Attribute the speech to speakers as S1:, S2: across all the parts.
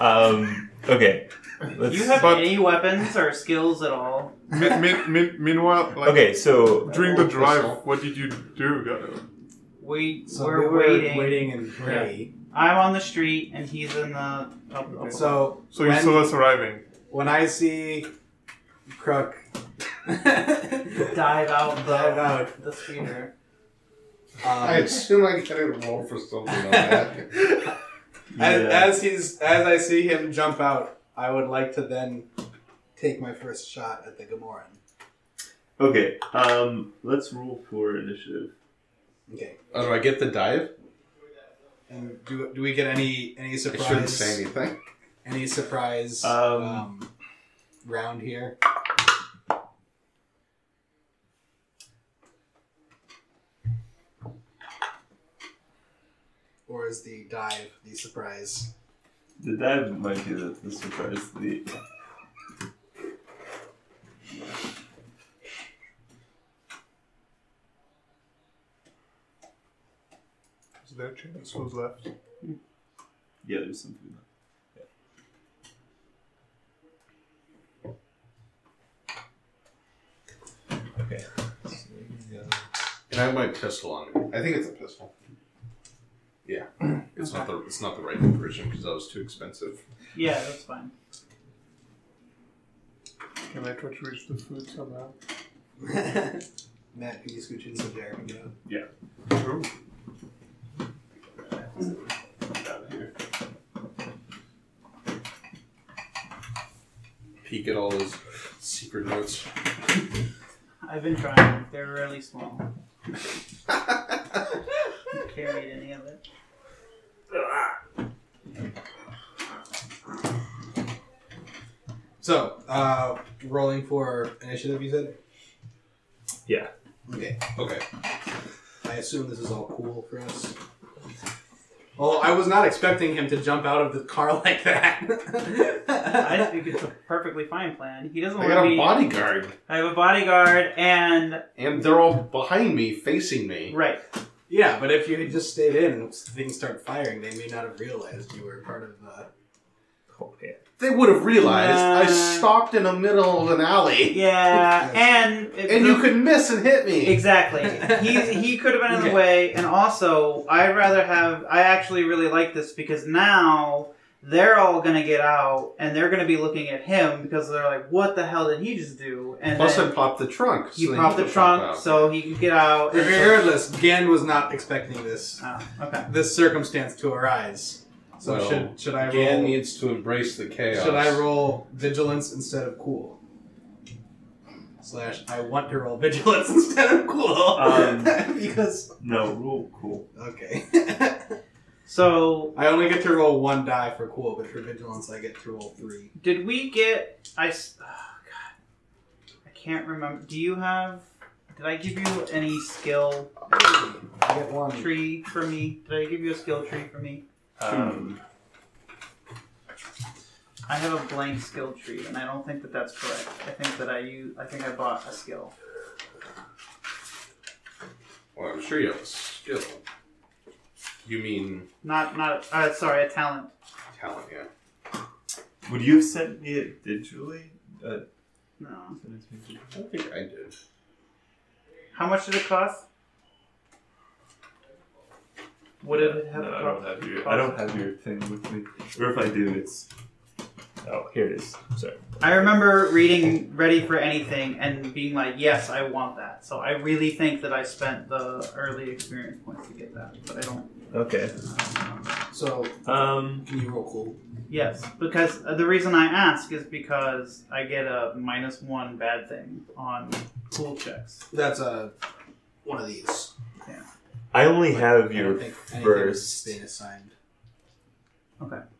S1: Um, okay. Let's-
S2: Do you have
S3: But-
S2: any weapons or skills at all?
S3: Min- min- min- meanwhile, like,
S1: okay, so
S3: during the
S4: Oh,
S3: drive,
S4: whistle.
S3: what did you do, Gato?
S2: We
S4: So
S2: we're
S4: we were
S2: waiting.
S4: waiting and ready.
S2: I'm on the street and he's in the. Up, up.
S4: So
S3: So you
S4: when,
S3: saw us arriving.
S4: when I see Crook dive
S2: dive out the
S4: out,
S2: the speeder.
S5: I
S4: um,
S5: assume I get a roll for something on that.
S4: as,
S1: yeah.
S4: as he's as I see him jump out, I would like to then take my first shot at the Gamoran.
S6: Okay, um, let's roll for initiative.
S4: Okay,
S5: Oh, do I get the dive?
S4: and do do we get any any
S5: I shouldn't say
S4: surprise
S5: anything.
S4: any surprise
S6: Um,
S4: um, round here? Or is the dive the surprise?
S6: The dive might be the, the surprise. The
S3: Is there chickens who's left?
S6: yeah, there's some food. left.
S5: And I have my pistol on me. I think it's a pistol. Yeah, it's not the it's not the right version because that was too expensive.
S2: Yeah, that's fine.
S3: Can I try to reach the food somehow?
S4: Matt, can you scooch in so Jared can get up?
S3: Ooh.
S5: Peek at all his secret notes.
S2: I've been trying. They're really small. I carried any of it.
S4: So, uh, rolling for initiative, you said?
S1: Yeah.
S4: Okay.
S5: Okay,
S4: I assume this is all cool for us. Well, I was not expecting him to jump out of the car like that.
S2: I think it's a perfectly fine plan. He doesn't
S5: I
S2: want
S5: got
S2: to
S5: a
S2: be.
S5: bodyguard,
S2: I have a bodyguard and
S5: and they're all behind me, facing me.
S2: right.
S4: yeah, but if you had just stayed in and things start firing, they may not have realized you were part of the.
S1: Oh, yeah.
S5: They would have realized I
S2: Uh,
S5: stopped in the middle of an alley,
S2: Yeah,
S4: Yes.
S2: and
S5: and you could miss and hit me.
S2: Exactly. He he could have been in the way, and also I'd rather have. I actually really like this because now they're all gonna get out and they're gonna be looking at him because they're like, "What the hell did he just do?" And
S5: Plus, I
S2: then
S5: popped the trunk.
S2: he
S5: so
S2: popped
S5: then
S2: the
S5: could pop
S2: trunk
S5: out.
S2: so he could get out. and so-
S4: Regardless, Gan was not expecting this
S2: Oh, okay.
S4: this circumstance to arise. So
S5: Well,
S4: should should I roll?
S5: Gan needs to embrace the chaos.
S4: Should I roll vigilance instead of cool? Slash, I want to roll vigilance instead of cool
S6: Um,
S4: because
S6: No, roll cool.
S4: okay,
S2: So
S4: I only get to roll one die for cool, but for vigilance I get to roll three.
S2: did we get? I s- oh, God. I can't remember. Do you have? Did I give you any skill
S4: I get one.
S2: tree for me? Did I give you a skill tree for me?
S6: Um,
S2: I have a blank skill tree, and I don't think that that's correct. I think that I use, I think I bought a skill.
S5: Well, I'm sure you have a skill. You mean
S2: Not, not. Uh, sorry, a talent.
S5: talent, yeah.
S6: would you have sent me it digitally? Uh,
S2: No.
S6: sent it to me
S5: I don't think I did.
S2: How much did it cost? Would it have?
S6: no, I
S2: cost?
S6: don't have your. I don't have your thing with me. Or if I do, it's. Oh, here it is. Sorry.
S2: I remember reading "Ready for Anything" and being like, "Yes, I want that." So I really think that I spent the early experience points to get that, but I don't.
S6: Okay.
S4: So
S6: Um.
S4: can you roll cool?
S2: Yes, because uh, the reason I ask is because I get a minus one bad thing on cool checks.
S4: That's a one of these.
S1: I only have
S4: I don't
S1: your
S4: think anything
S1: first-
S4: has been assigned.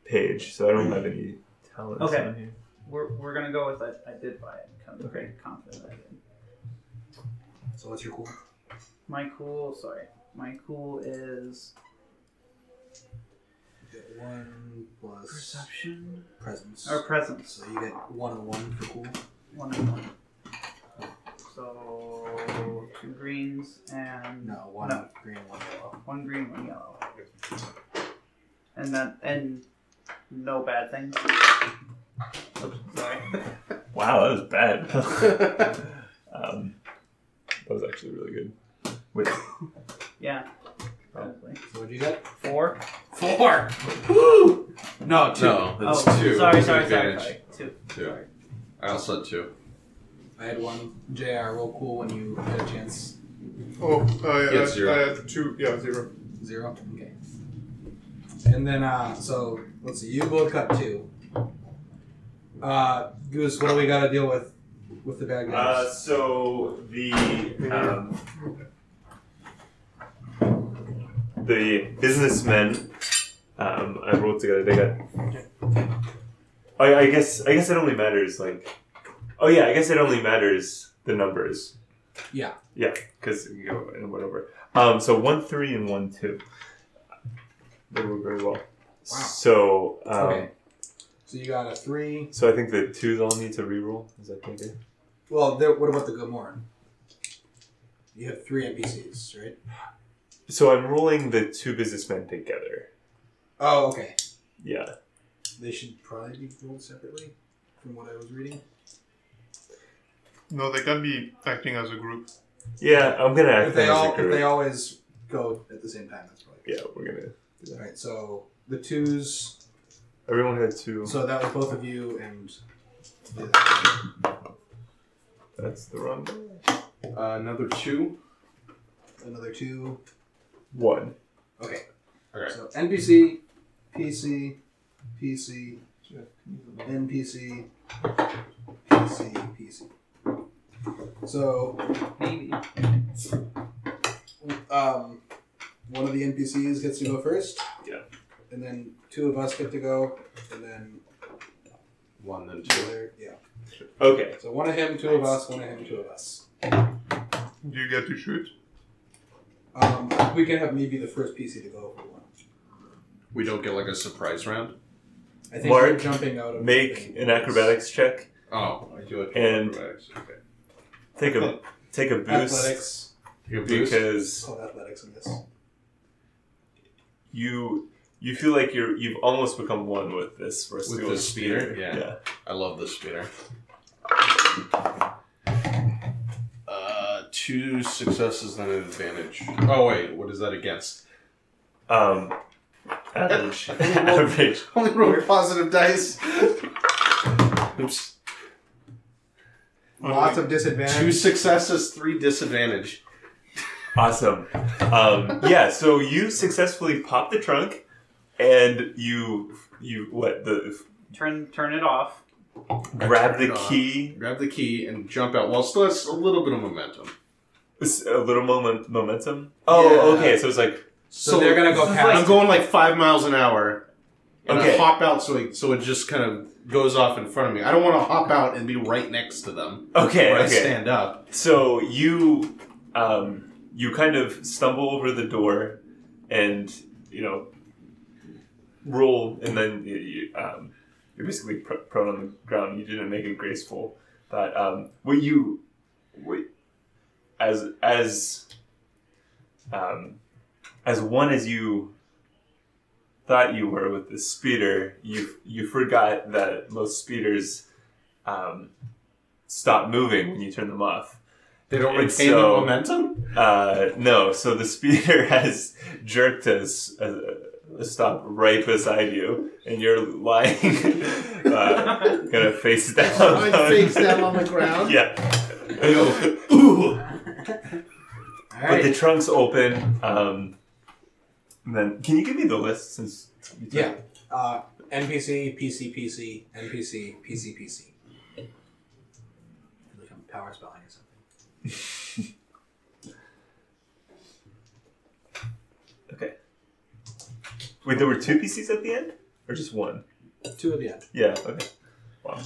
S1: page, so I don't have any talents
S2: Okay.
S1: on here.
S2: We're, we're gonna go with it. I did buy it. I'm
S1: Okay.
S2: pretty confident I did.
S4: So what's your cool?
S2: My cool, sorry, my cool is
S4: You get one plus
S2: perception
S4: presence.
S2: or presence.
S4: So you get one and one for cool.
S2: One and one. So two greens and
S4: No, one
S2: No.
S4: green, one yellow.
S2: one green, one yellow, and then and no bad things. Sorry.
S6: Wow, that was bad. um,
S1: That was actually really good.
S6: wait,
S2: Yeah. Probably.
S4: So what do you get?
S2: Four?
S4: Four. Woo! No, two.
S5: No, that's
S2: oh,
S5: two.
S2: Sorry,
S5: It's
S2: sorry,
S5: an
S2: sorry,
S5: advantage.
S2: sorry. Two.
S5: Two. I also had two.
S4: I had one. Jr. Roll cool when you get a chance.
S3: Oh, uh, yeah,
S5: Yeah,
S3: I-
S5: zero.
S3: I had two. Yeah, zero.
S4: Zero. Okay. And then uh so let's see, you both got two. Uh Goose, what do we gotta deal with with the bad guys?
S6: Uh, so the um, the businessmen um, I rolled together. They got. I, I guess I guess it only matters like. Oh yeah, I guess it only matters the numbers.
S4: Yeah.
S6: Yeah, because you go and whatever. Um, so one three and one two. They were very well. So um,
S4: okay. So you got a three.
S6: so I think the twos all need to reroll. Is that the idea?
S4: Well there what about the good morning? You have three NPCs, right?
S6: So I'm rolling the two businessmen together.
S4: Oh, okay.
S6: Yeah.
S4: They should probably be rolled separately from what I was reading.
S3: No, they can be acting as a group.
S6: Yeah, I'm gonna act
S4: If they
S6: as
S4: all
S6: a
S4: if
S6: group.
S4: they always go at the same time, that's probably
S6: yeah, we're gonna.
S4: All right, so the twos
S6: Everyone had two.
S4: So that was both of you and
S6: That's the wrong one.
S5: Uh, another two.
S4: another two.
S6: One.
S4: Okay.
S5: Okay.
S4: So NPC, PC, PC, NPC, PC, PC. So
S2: Maybe.
S4: um, one of the NPCs gets to go first.
S6: Yeah.
S4: And then two of us get to go, and then
S5: One, then
S4: the
S5: two.
S4: other, yeah.
S6: Okay.
S4: So one of him, two of us, one of him, two of us.
S3: Do you get to shoot?
S4: Um, we can have me be the first PC to go if we want.
S5: We don't get like a surprise round.
S4: I think
S6: Mark,
S4: we're jumping out of
S6: Make
S4: the-
S6: an acrobatics check.
S5: Oh, I do it.
S6: And-
S5: Acrobatics, okay.
S6: Take a take a boost
S4: athletics.
S5: Take a boost.
S6: because
S4: called athletics in this.
S6: you you feel like you're you've almost become one with this
S5: With
S6: Rustical
S5: the spear? Yeah.
S6: yeah.
S5: I love this spinner. Uh, two successes then an advantage. Oh wait, what is that against?
S6: Um. Average. average.
S5: Only roll positive dice. Oops.
S4: Lots of
S5: Two
S4: disadvantage.
S5: successes, three disadvantage.
S6: Awesome. Um, yeah, so you successfully pop the trunk, and you you what the
S2: Turn turn it off.
S6: grab the
S5: turned on.
S6: key.
S5: Grab the key and jump out while still has a little bit of momentum.
S6: It's a little moment momentum. Oh,
S4: Yeah.
S6: okay. So it's like
S4: So, they're gonna go
S2: is
S4: cast.
S5: I'm going like five miles an hour. And I
S6: Okay.
S5: hop out so it, so it just kind of goes off in front of me. I don't want to hop out and be right next to them.
S6: okay,
S5: where I
S6: okay.
S5: stand up.
S6: So you um, you kind of stumble over the door, and you know roll, and then you, you, um, you're basically pr- prone on the ground. You didn't make it graceful, but um, what you what, as as um, as one as you thought you were with the speeder, you you forgot that most speeders um, stop moving when you turn them off.
S5: They don't
S6: And
S5: retain
S6: so-
S5: the momentum?
S6: Uh, no, so the speeder has jerked us a, a stop right beside you, and you're lying, uh, gonna face down.
S5: the ground.
S6: Yeah.
S4: All
S6: But
S4: right.
S6: the trunk's open. Um, and then, can you give me the list since? You took-
S4: yeah. Uh, NPC, PC, PC, NPC, PC, PC. Like I'm power spelling or something.
S6: Okay. Wait, there were two PCs at the end, or just one?
S4: Two of the end.
S6: Yeah. Okay. Wow.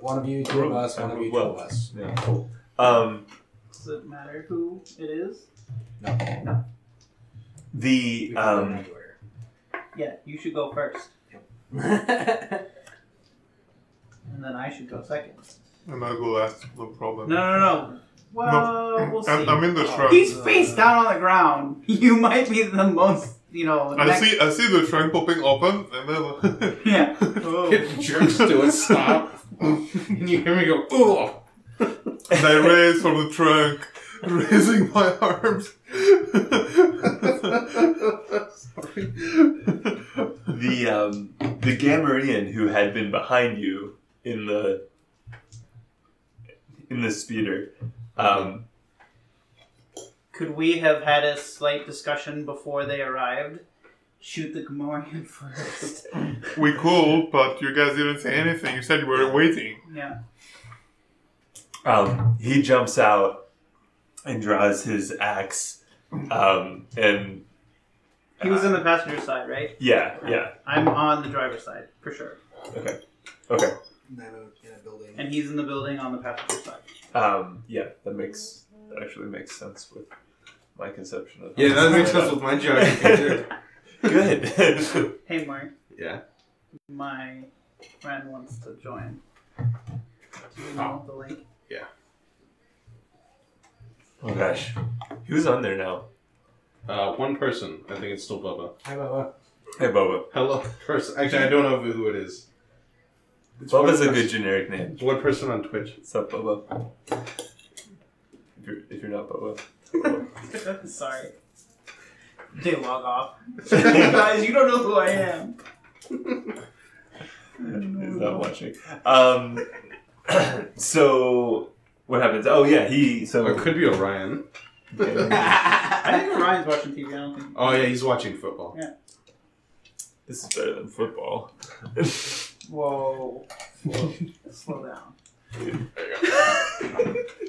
S4: One of you, two of us. One of you, two
S6: Well.
S4: of us.
S6: Yeah. Cool. Um,
S2: Does it matter who it is?
S4: No.
S6: the
S4: We
S6: um,
S4: can go
S2: Yeah, you should go first.
S4: in order.
S2: And then I should go second.
S3: And I'll go last. No problem.
S2: No, no, no. Well, we'll see.
S3: I'm, I'm in this round.
S2: He's face down on the ground. You might be the most you know.
S3: I
S2: next-
S3: see. I see the trunk popping open, and then
S2: Yeah.
S5: It jerks to a stop, and you hear me go, "Oh!"
S3: and I raise from the trunk, raising my arms.
S6: the um, the Gamorrean who had been behind you in the in the speeder. Um,
S2: Could we have had a slight discussion before they arrived? Shoot the Gamorrean first.
S3: we called, but you guys didn't say anything. You said you were waiting.
S2: yeah.
S6: um, he jumps out and draws his axe. Um, and uh,
S2: He was in the passenger side, right?
S6: yeah, yeah,
S2: I'm on the driver's side, for sure.
S6: okay,
S4: And I'm in a building.
S2: And he's in the building on the passenger side.
S6: um, yeah. That makes that actually makes sense with my conception of
S5: Yeah, that makes sense with my geography too.
S6: good.
S2: Hey, Mark,
S5: Yeah.
S2: my friend wants to join. Do you know the link?
S6: oh gosh, who's on there now?
S5: Uh, one person. I think it's still Bubba.
S4: Hi, Bubba.
S6: Hey, Boba.
S5: Hello, person. Actually, I don't know who it is. It's
S6: Boba's
S5: one
S6: a good
S5: person-
S6: generic name.
S5: It's one person on Twitch.
S6: What's up, Boba? If you're, if you're not Boba.
S2: Sorry. They log off. Guys, you don't know who I am.
S6: He's not watching. Um, so, what happens? Oh, yeah, he.
S5: Or
S6: So,
S5: it could be Orion.
S2: I think Ryan's watching TV. I don't think.
S5: Oh yeah, he's watching football.
S6: this is better than football.
S2: Whoa. Whoa. Slow down.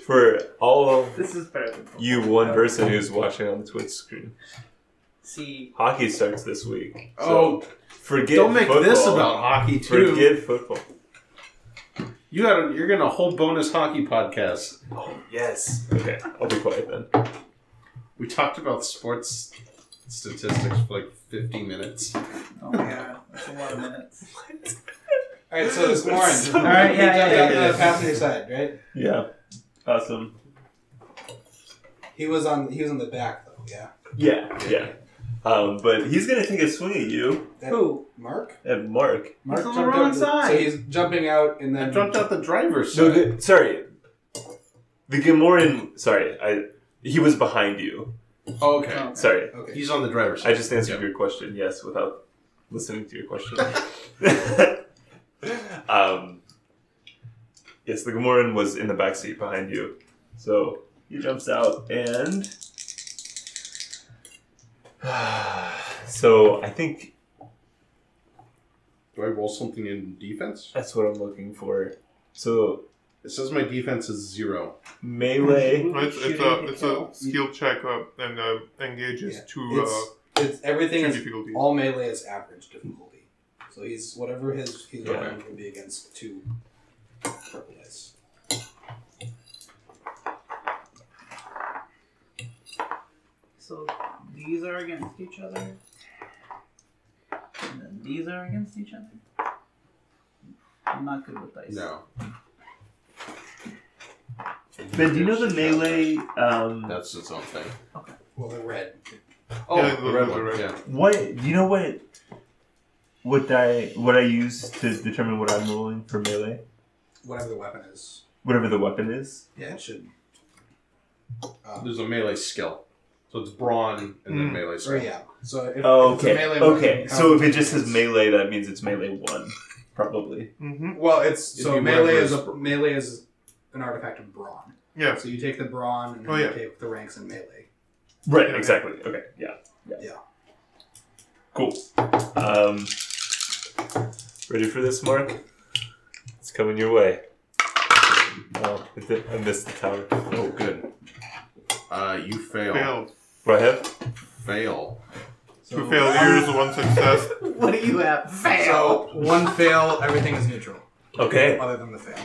S6: For all
S2: This is better than football.
S6: you, one person who's watching on the Twitch screen,
S2: See,
S6: hockey starts this week.
S5: Oh,
S6: forget
S5: don't make
S6: football.
S5: this about hockey too.
S6: Forget football.
S5: You got. You're getting a whole bonus hockey podcast.
S6: Yes. Okay, I'll be quiet then.
S5: We talked about sports statistics for like 50 minutes.
S2: oh my god, that's a lot of minutes.
S4: All right, so this
S6: That's
S4: Warren.
S6: so-
S4: All right,
S2: Yeah,
S4: yeah,
S2: yeah,
S4: yeah,
S2: yeah.
S4: the passenger side, right?
S6: Yeah. Awesome.
S4: He was on. He was on the back though. Yeah.
S6: Yeah, yeah. Um, but he's going to take a swing at you,
S4: That-
S2: Who?
S4: Mark.
S6: at Mark.
S4: Mark
S2: on the
S4: jumped
S2: wrong
S4: out
S2: side.
S4: So he's jumping out and
S5: I
S4: then.
S5: dropped out the driver's
S6: No,
S5: side.
S6: the, sorry. The Gamoran. Sorry, I. He was behind you.
S5: oh, okay.
S6: Sorry,
S4: Okay.
S5: He's on the driver's
S6: I
S5: side.
S6: just answered
S5: Yep.
S6: your question. Yes, without listening to your question. um, yes, the Gamoran was in the back seat behind you, so he jumps out and. so I think
S5: Do I roll something in defense?
S6: that's what I'm looking for. So
S5: It says my defense is zero.
S6: melee.
S3: It's, it's a it's a skill check up and uh, engages
S4: Yeah.
S3: two uh,
S4: It's, it's everything
S3: two
S4: is
S3: difficulties.
S4: all melee is average difficulty. So he's whatever his he's
S6: Okay.
S4: rolling will be against two purple dice.
S2: So these are against each other. And then these are against each other. I'm not good with dice.
S5: No,
S6: Ben, do you know the melee? Um,
S5: that's its own thing.
S4: Well, the red.
S5: Oh,
S3: Yeah,
S5: the red
S3: the
S5: one.
S3: red.
S5: Yeah.
S6: What do you know? What what I what I use to determine what I'm rolling for melee,
S4: Whatever the weapon is.
S6: whatever the weapon is.
S4: Yeah, it should. Uh,
S5: There's a melee skill. So it's brawn and then
S3: Mm.
S5: melee skill.
S4: or yeah. So if, if it's a
S6: Oh, Okay,
S4: melee weapon,
S6: okay.
S4: how
S6: So if it
S4: much
S6: just says
S4: is-
S6: melee, that means it's melee one, probably.
S3: hmm
S4: Well, it's
S5: It'd
S4: so
S5: be
S4: melee
S5: whatever
S4: is
S5: is
S4: a melee is an artifact of brawn.
S3: Yeah.
S4: So you take the brawn and then
S3: Oh,
S4: you
S3: yeah.
S4: take the ranks in melee.
S6: Right.
S3: Yeah.
S6: Exactly. Okay. Yeah.
S4: Yeah.
S6: Cool. Um, ready for this, Mark? It's coming your way. Oh, I did- I missed the tower.
S5: Oh, good. Uh, you fail.
S3: Failed.
S6: Do I have?
S5: Fail.
S4: So, um,
S3: Two failures, one success.
S2: What do you have? Fail.
S4: So one fail, everything is neutral
S6: Okay.
S4: other than the fail.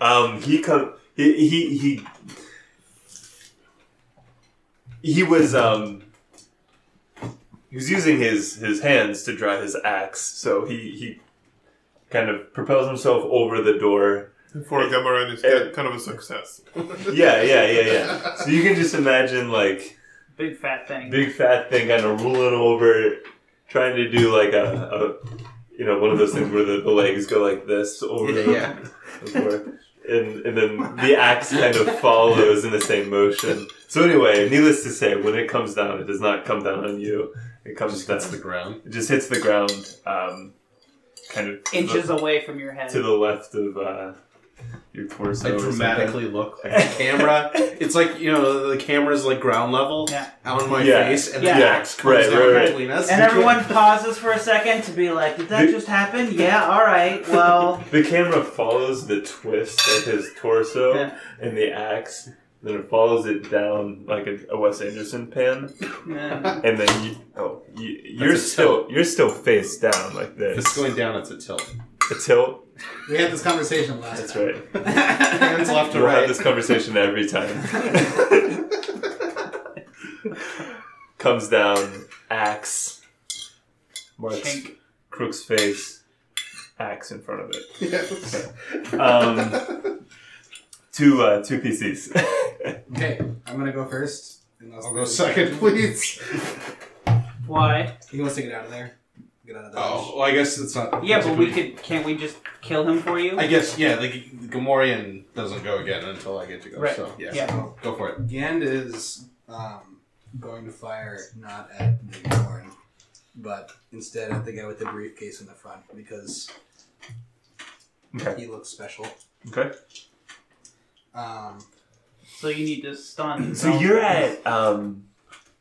S6: Um, he come. He he he. He was um. He was using his his hands to draw his axe, so he he kind of propels himself over the door.
S3: For Gamoran, it's
S6: Eh.
S3: kind of a success.
S6: Yeah, yeah, yeah, yeah. so you can just imagine like
S2: Big fat thing.
S6: big fat thing kind of rolling over, trying to do like a, a you know, one of those things where the, the legs go like this over
S5: Yeah.
S6: before. And, and then the axe kind of follows in the same motion. So anyway, needless to say, when it comes down, it does not come down on you. It comes down.
S5: That's the ground.
S6: It just hits the ground, um, kind of to the-
S2: Inches away from your head.
S6: to the left of uh, your
S5: I
S6: torso. or
S5: dramatically look at the camera. It's like you know the camera's like ground level
S2: Yeah.
S5: on my
S6: Yeah.
S5: face, and
S2: Yeah.
S5: the axe comes
S6: Right,
S5: down
S6: right, right.
S5: between us.
S2: and everyone pauses for a second to be like, "Did that
S6: Did-
S2: just happen?" Yeah. All right. Well,
S6: something. The camera follows the twist of his torso
S2: Yeah.
S6: and the axe. Then it follows it down like a, a Wes Anderson pan,
S2: yeah.
S6: and then you, oh, you, you're
S5: That's a
S6: still you're still face down like
S5: If
S6: this.
S5: it's going down, it's a tilt.
S6: a tilt.
S4: We had this conversation last
S6: That's
S4: time.
S6: right.
S5: Hands left to
S6: We'll have
S5: right.
S6: this conversation every time. Comes down, axe, marks
S2: Chink.
S6: Crook's face, axe in front of it.
S5: Yes.
S6: Um, two uh, two PCs.
S4: Okay, I'm gonna go first. unless
S5: I'll go
S4: there's-
S5: second, please.
S2: Why?
S4: He wants to get out of there. Get out of dodge.
S5: Oh, well, I guess it's not.
S2: Yeah, but we could. Can't we just kill him for you?
S5: I guess yeah. The, the Gamorrean doesn't go again until I get to go.
S2: Right.
S5: So yeah,
S2: Yeah.
S5: go for it.
S4: Gand is um, going to fire not at the horn, but instead at the guy with the briefcase in the front because
S6: Okay.
S4: he looks special.
S6: Okay.
S4: Um,
S2: So you need to stun.
S6: So you're at um.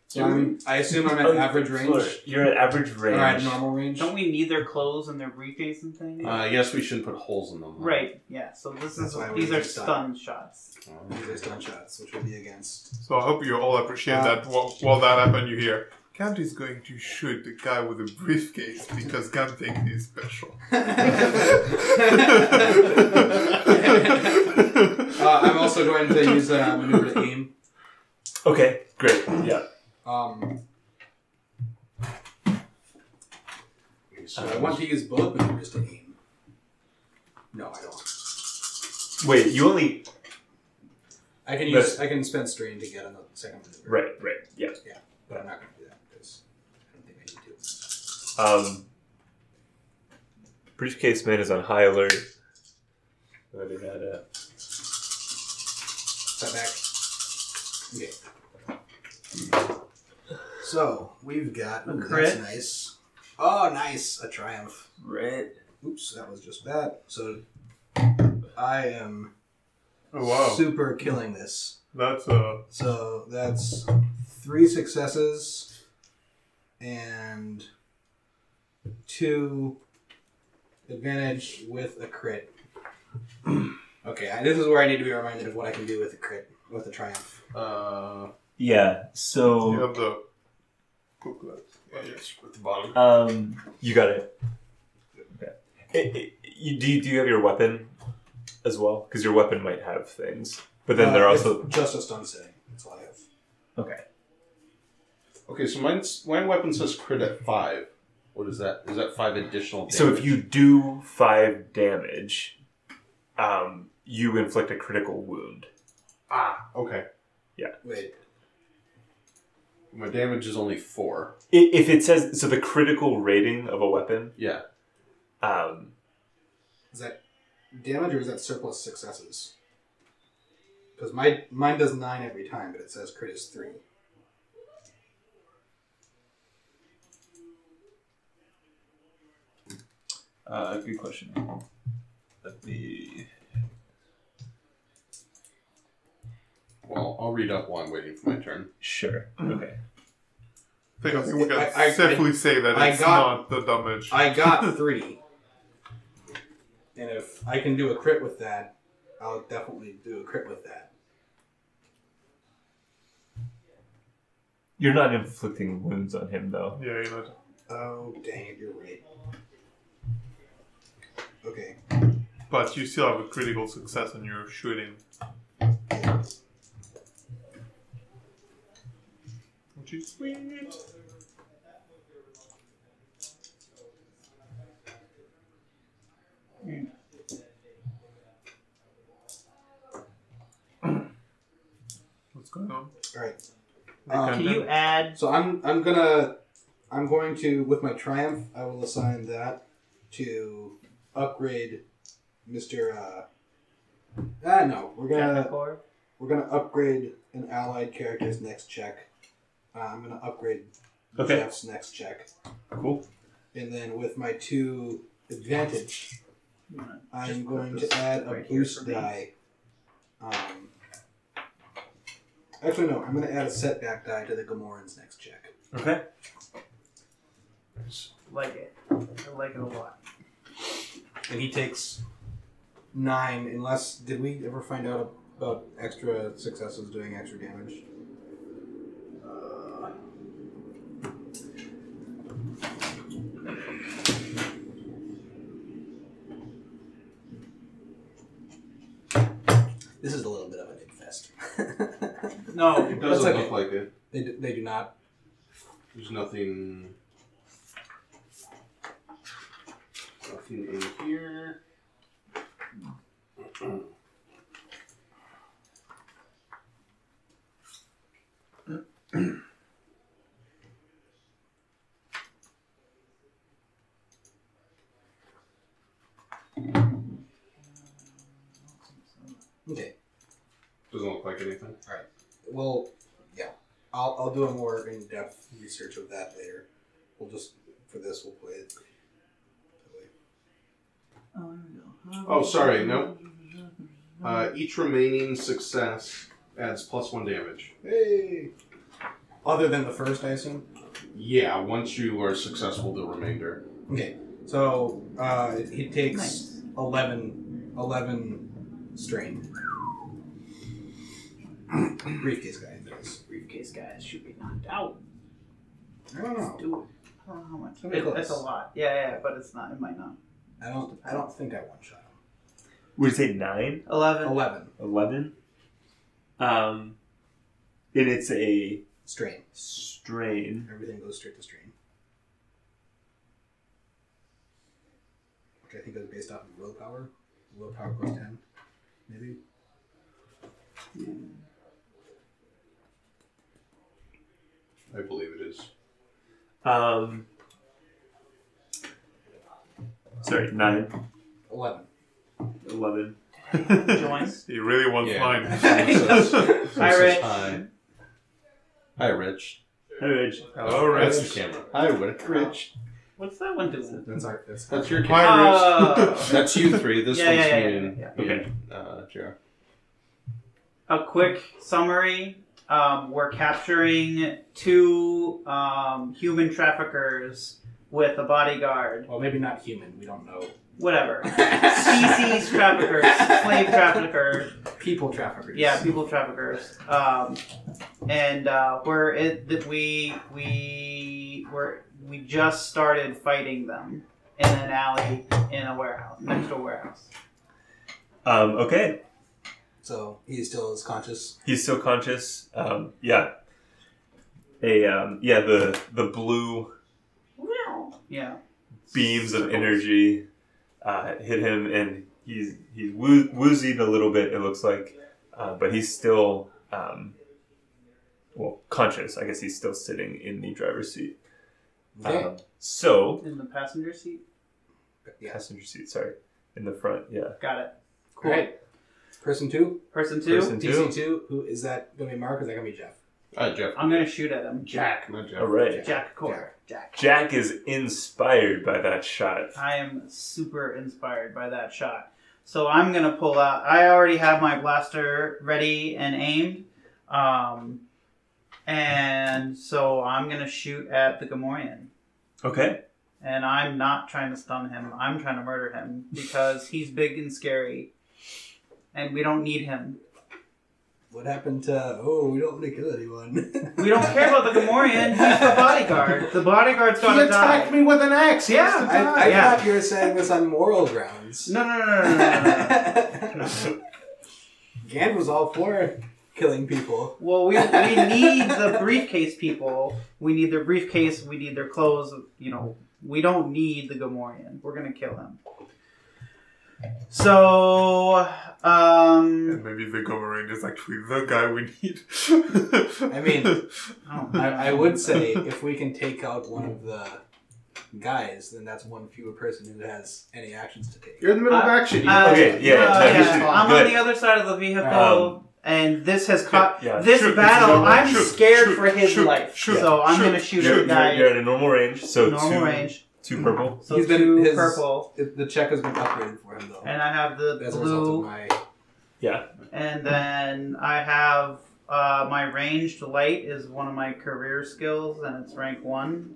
S4: so I'm, I assume I'm at average range.
S6: You're at average
S4: Or
S6: range.
S4: at normal range.
S2: Don't we need their clothes and their briefcase and things?
S5: Uh, I guess we shouldn't put holes in them. huh?
S2: right. Yeah. So this
S4: That's
S2: is
S4: why we
S2: these
S4: need
S2: are
S4: to stun.
S2: stun shots.
S4: These are stun shots, which would be against.
S3: So I hope you all appreciate
S4: Uh,
S3: that. While, while that happened, you hear Gant is going to shoot the guy with the briefcase because Gant thinks he's special.
S4: Uh, I'm also going to use a uh, maneuver to aim.
S6: Okay. Great. Yeah.
S4: Um,
S5: So
S4: so I want to use both maneuvers to aim. No, I don't.
S6: Wait. You only.
S4: I can use. I can spend strain to get on the second maneuver.
S6: Right. Right. Yeah.
S4: Yeah, but I'm not going to do that because I don't think I need to.
S6: Um. Briefcase man is on high alert. Whether or not, uh,
S4: Step back. Okay. So we've got.
S2: A
S4: ooh,
S2: crit.
S4: That's nice. Oh, nice! A triumph.
S6: Right.
S4: Oops, that was just that. So I am
S3: Oh, wow.
S4: super killing this.
S3: That's uh,
S4: So that's three successes and two advantage with a crit. okay, I, this is where I need to be reminded of what I can do with a crit, with a triumph.
S5: Uh,
S6: Yeah.
S3: you
S6: So
S3: have the booklet. Oh, yes.
S5: at the bottom.
S6: um, you got it. Okay. It- it- you, do you, do you have your weapon as well? Because your weapon might have things, but then
S4: Uh,
S6: they're
S4: it's
S6: also
S4: just a stun setting. That's all I have.
S6: okay.
S5: Okay, so mine's my weapon says crit at five. What is that? Is that five additional? Damage?
S6: So if you do five damage, um, you inflict a critical wound.
S5: ah okay,
S4: Wait,
S5: my damage is only four.
S6: I- If it says so, the critical rating of a weapon.
S5: Yeah,
S6: Um,
S4: is that damage or is that surplus successes? Because my mine does nine every time, but it says crit is three.
S6: uh, good question. Let me.
S5: Well, I'll read up while I'm waiting for my turn.
S6: Sure. Okay.
S3: I think, I think we can
S4: I- I-
S3: safely say that
S4: I
S3: it's
S4: got-
S3: not the damage.
S4: I got three. And if I can do a crit with that, I'll definitely do a crit with that.
S6: You're not inflicting wounds on him though.
S3: yeah, you know.
S4: Oh, dang it, you're right. Okay.
S3: But you still have a critical success on your shooting. Which is sweet. Hmm. What's going on?
S4: Alright.
S2: Can
S4: Um,
S2: you add?
S4: so I'm I'm gonna I'm going to with my triumph I will assign that to upgrade Mister. Uh, ah no, we're gonna
S2: Davenport?
S4: we're gonna upgrade an allied character's next check. Uh, I'm gonna upgrade
S6: Okay.
S4: Jeff's next check,
S6: Cool.
S4: and then with my two advantage,
S2: I'm gonna
S4: I'm
S2: just put
S4: going
S2: this
S4: to add a
S2: right here for
S4: boost
S2: me.
S4: die. Um, actually, no, I'm gonna add a setback die to the Gamoran's next check.
S6: Okay.
S2: Like it. I like it a lot.
S4: and he takes nine unless did we ever find out about extra successes doing extra damage this is a little bit of an infest
S2: No,
S5: It doesn't
S4: That's okay.
S5: look like it.
S4: they, do, they do not
S5: There's nothing. Nothing in here.
S4: okay
S5: Doesn't look like anything.
S4: Well, yeah. I'll, I'll do a more in depth research of that later. We'll just, for this, we'll play it.
S2: Oh, there we go.
S5: Oh, sorry, no.
S2: Mm-hmm.
S5: Uh, each remaining success adds plus one damage.
S4: Hey! Other than the first, I assume?
S5: Yeah, once you are successful, the remainder.
S4: Okay. So, uh, he takes
S2: Nice.
S4: 11, 11 strain. Briefcase guy, that is.
S2: Briefcase guys should be knocked out.
S4: I don't know.
S2: Do it. I don't know Oh, how much.
S4: It'll be
S2: It-
S4: close.
S2: it's a lot. Yeah, yeah, but it's not. It might not.
S4: I don't, I don't think I one shot him.
S6: Would you say nine?
S2: 11.
S4: 11
S6: Eleven? Um, and it's a
S4: strain.
S6: strain.
S4: Everything goes straight to strain. Which I think is based off of willpower. Willpower plus 10, maybe.
S5: I believe it is.
S6: Um, sorry, nine.
S4: 11.
S6: Eleven.
S2: Join.
S3: He really wants
S5: Yeah.
S3: mine.
S2: Hi, Rich.
S5: Hi. Hi, Rich.
S6: Hey, Rich.
S3: Hello,
S5: That's
S3: Rich.
S5: the camera. Hi, Rich. Rich.
S2: What's that one doing?
S4: That's our. That's
S5: That's your camera.
S3: Hi, Rich.
S2: Oh.
S5: That's you three. This
S2: Yeah,
S5: one's
S2: yeah, yeah,
S5: me and,
S2: yeah,
S6: yeah.
S5: and, uh, JR.
S2: a quick summary. Um, we're capturing two um, human traffickers with a bodyguard.
S4: Well, maybe not human. We don't know.
S2: Whatever. Species traffickers, slave traffickers,
S4: People traffickers.
S2: yeah, people traffickers. Um, and uh, we're it that we we were we just started fighting them in an alley in a warehouse next to a warehouse.
S6: Um, okay.
S4: So he still is conscious.
S6: He's still conscious. Um, yeah. A um, yeah. The the blue
S2: Yeah,
S6: beams of energy uh, hit him, and he's he's woo- woozied a little bit. It looks like, uh, but he's still um, well conscious. I guess he's still sitting in the driver's seat. Um, so
S2: in the passenger seat.
S4: yeah.
S6: passenger seat. Sorry, in the front. Yeah.
S2: Got it.
S4: Cool. Person two,
S2: Person two.
S6: Person
S4: DC two. Who is that going to be? Mark? Or is that going to be Jeff?
S5: Uh, Jeff.
S2: I'm gonna shoot at him.
S5: Jack, not Jeff.
S6: All right.
S2: Jack Core. Jack.
S6: Jack is inspired by that shot.
S2: I am super inspired by that shot. So I'm gonna pull out. I already have my blaster ready and aimed, um, and so I'm gonna shoot at the Gamorrean.
S6: Okay.
S2: And I'm not trying to stun him. I'm trying to murder him because he's big and scary, and we don't need him.
S4: What happened to? Oh, we don't want to kill anyone.
S2: We don't care about the Gamorrean. He's the bodyguard. The bodyguard's gonna die.
S5: me with an axe.
S2: Yeah.
S5: Yeah.
S4: I, I
S2: Yeah.
S4: thought you were saying this on moral grounds.
S2: No, no, no, no, no, no, no. no.
S4: Gand was all for killing people.
S2: Well, we, we need the briefcase people. We need their briefcase. We need their clothes. You know, we don't need the Gamorrean. We're gonna kill him. So, um,
S3: And maybe the Goverrain is actually the guy we need.
S4: I mean-
S2: oh,
S4: I, I would say if we can take out one of the guys, then that's one fewer person who has any actions to take.
S5: You're in the middle of
S2: Uh,
S5: action. You
S2: uh,
S6: Okay, yeah,
S2: no,
S6: no,
S2: yeah,
S6: he's-
S2: I'm
S6: go
S2: on
S6: ahead.
S2: the other side of the vehicle,
S6: Um,
S2: and this has caught
S6: yeah,
S2: this
S6: shoot,
S2: battle.
S6: shoot,
S2: I'm
S3: shoot,
S2: scared
S3: shoot,
S2: for his
S3: shoot,
S2: life,
S3: shoot,
S2: so I'm
S3: shoot,
S2: gonna shoot
S6: You're,
S2: at
S6: you're,
S2: guy.
S6: you're at a normal range, so
S2: normal
S6: two,
S2: range,
S6: two purple.
S2: so
S4: He's been-
S2: two
S4: his-
S2: purple,
S4: If the check has been upgraded for him, though.
S2: and I have the
S4: as a result of
S2: blue,
S4: my.
S2: and then I have uh, my ranged light is one of my career skills, and it's rank one.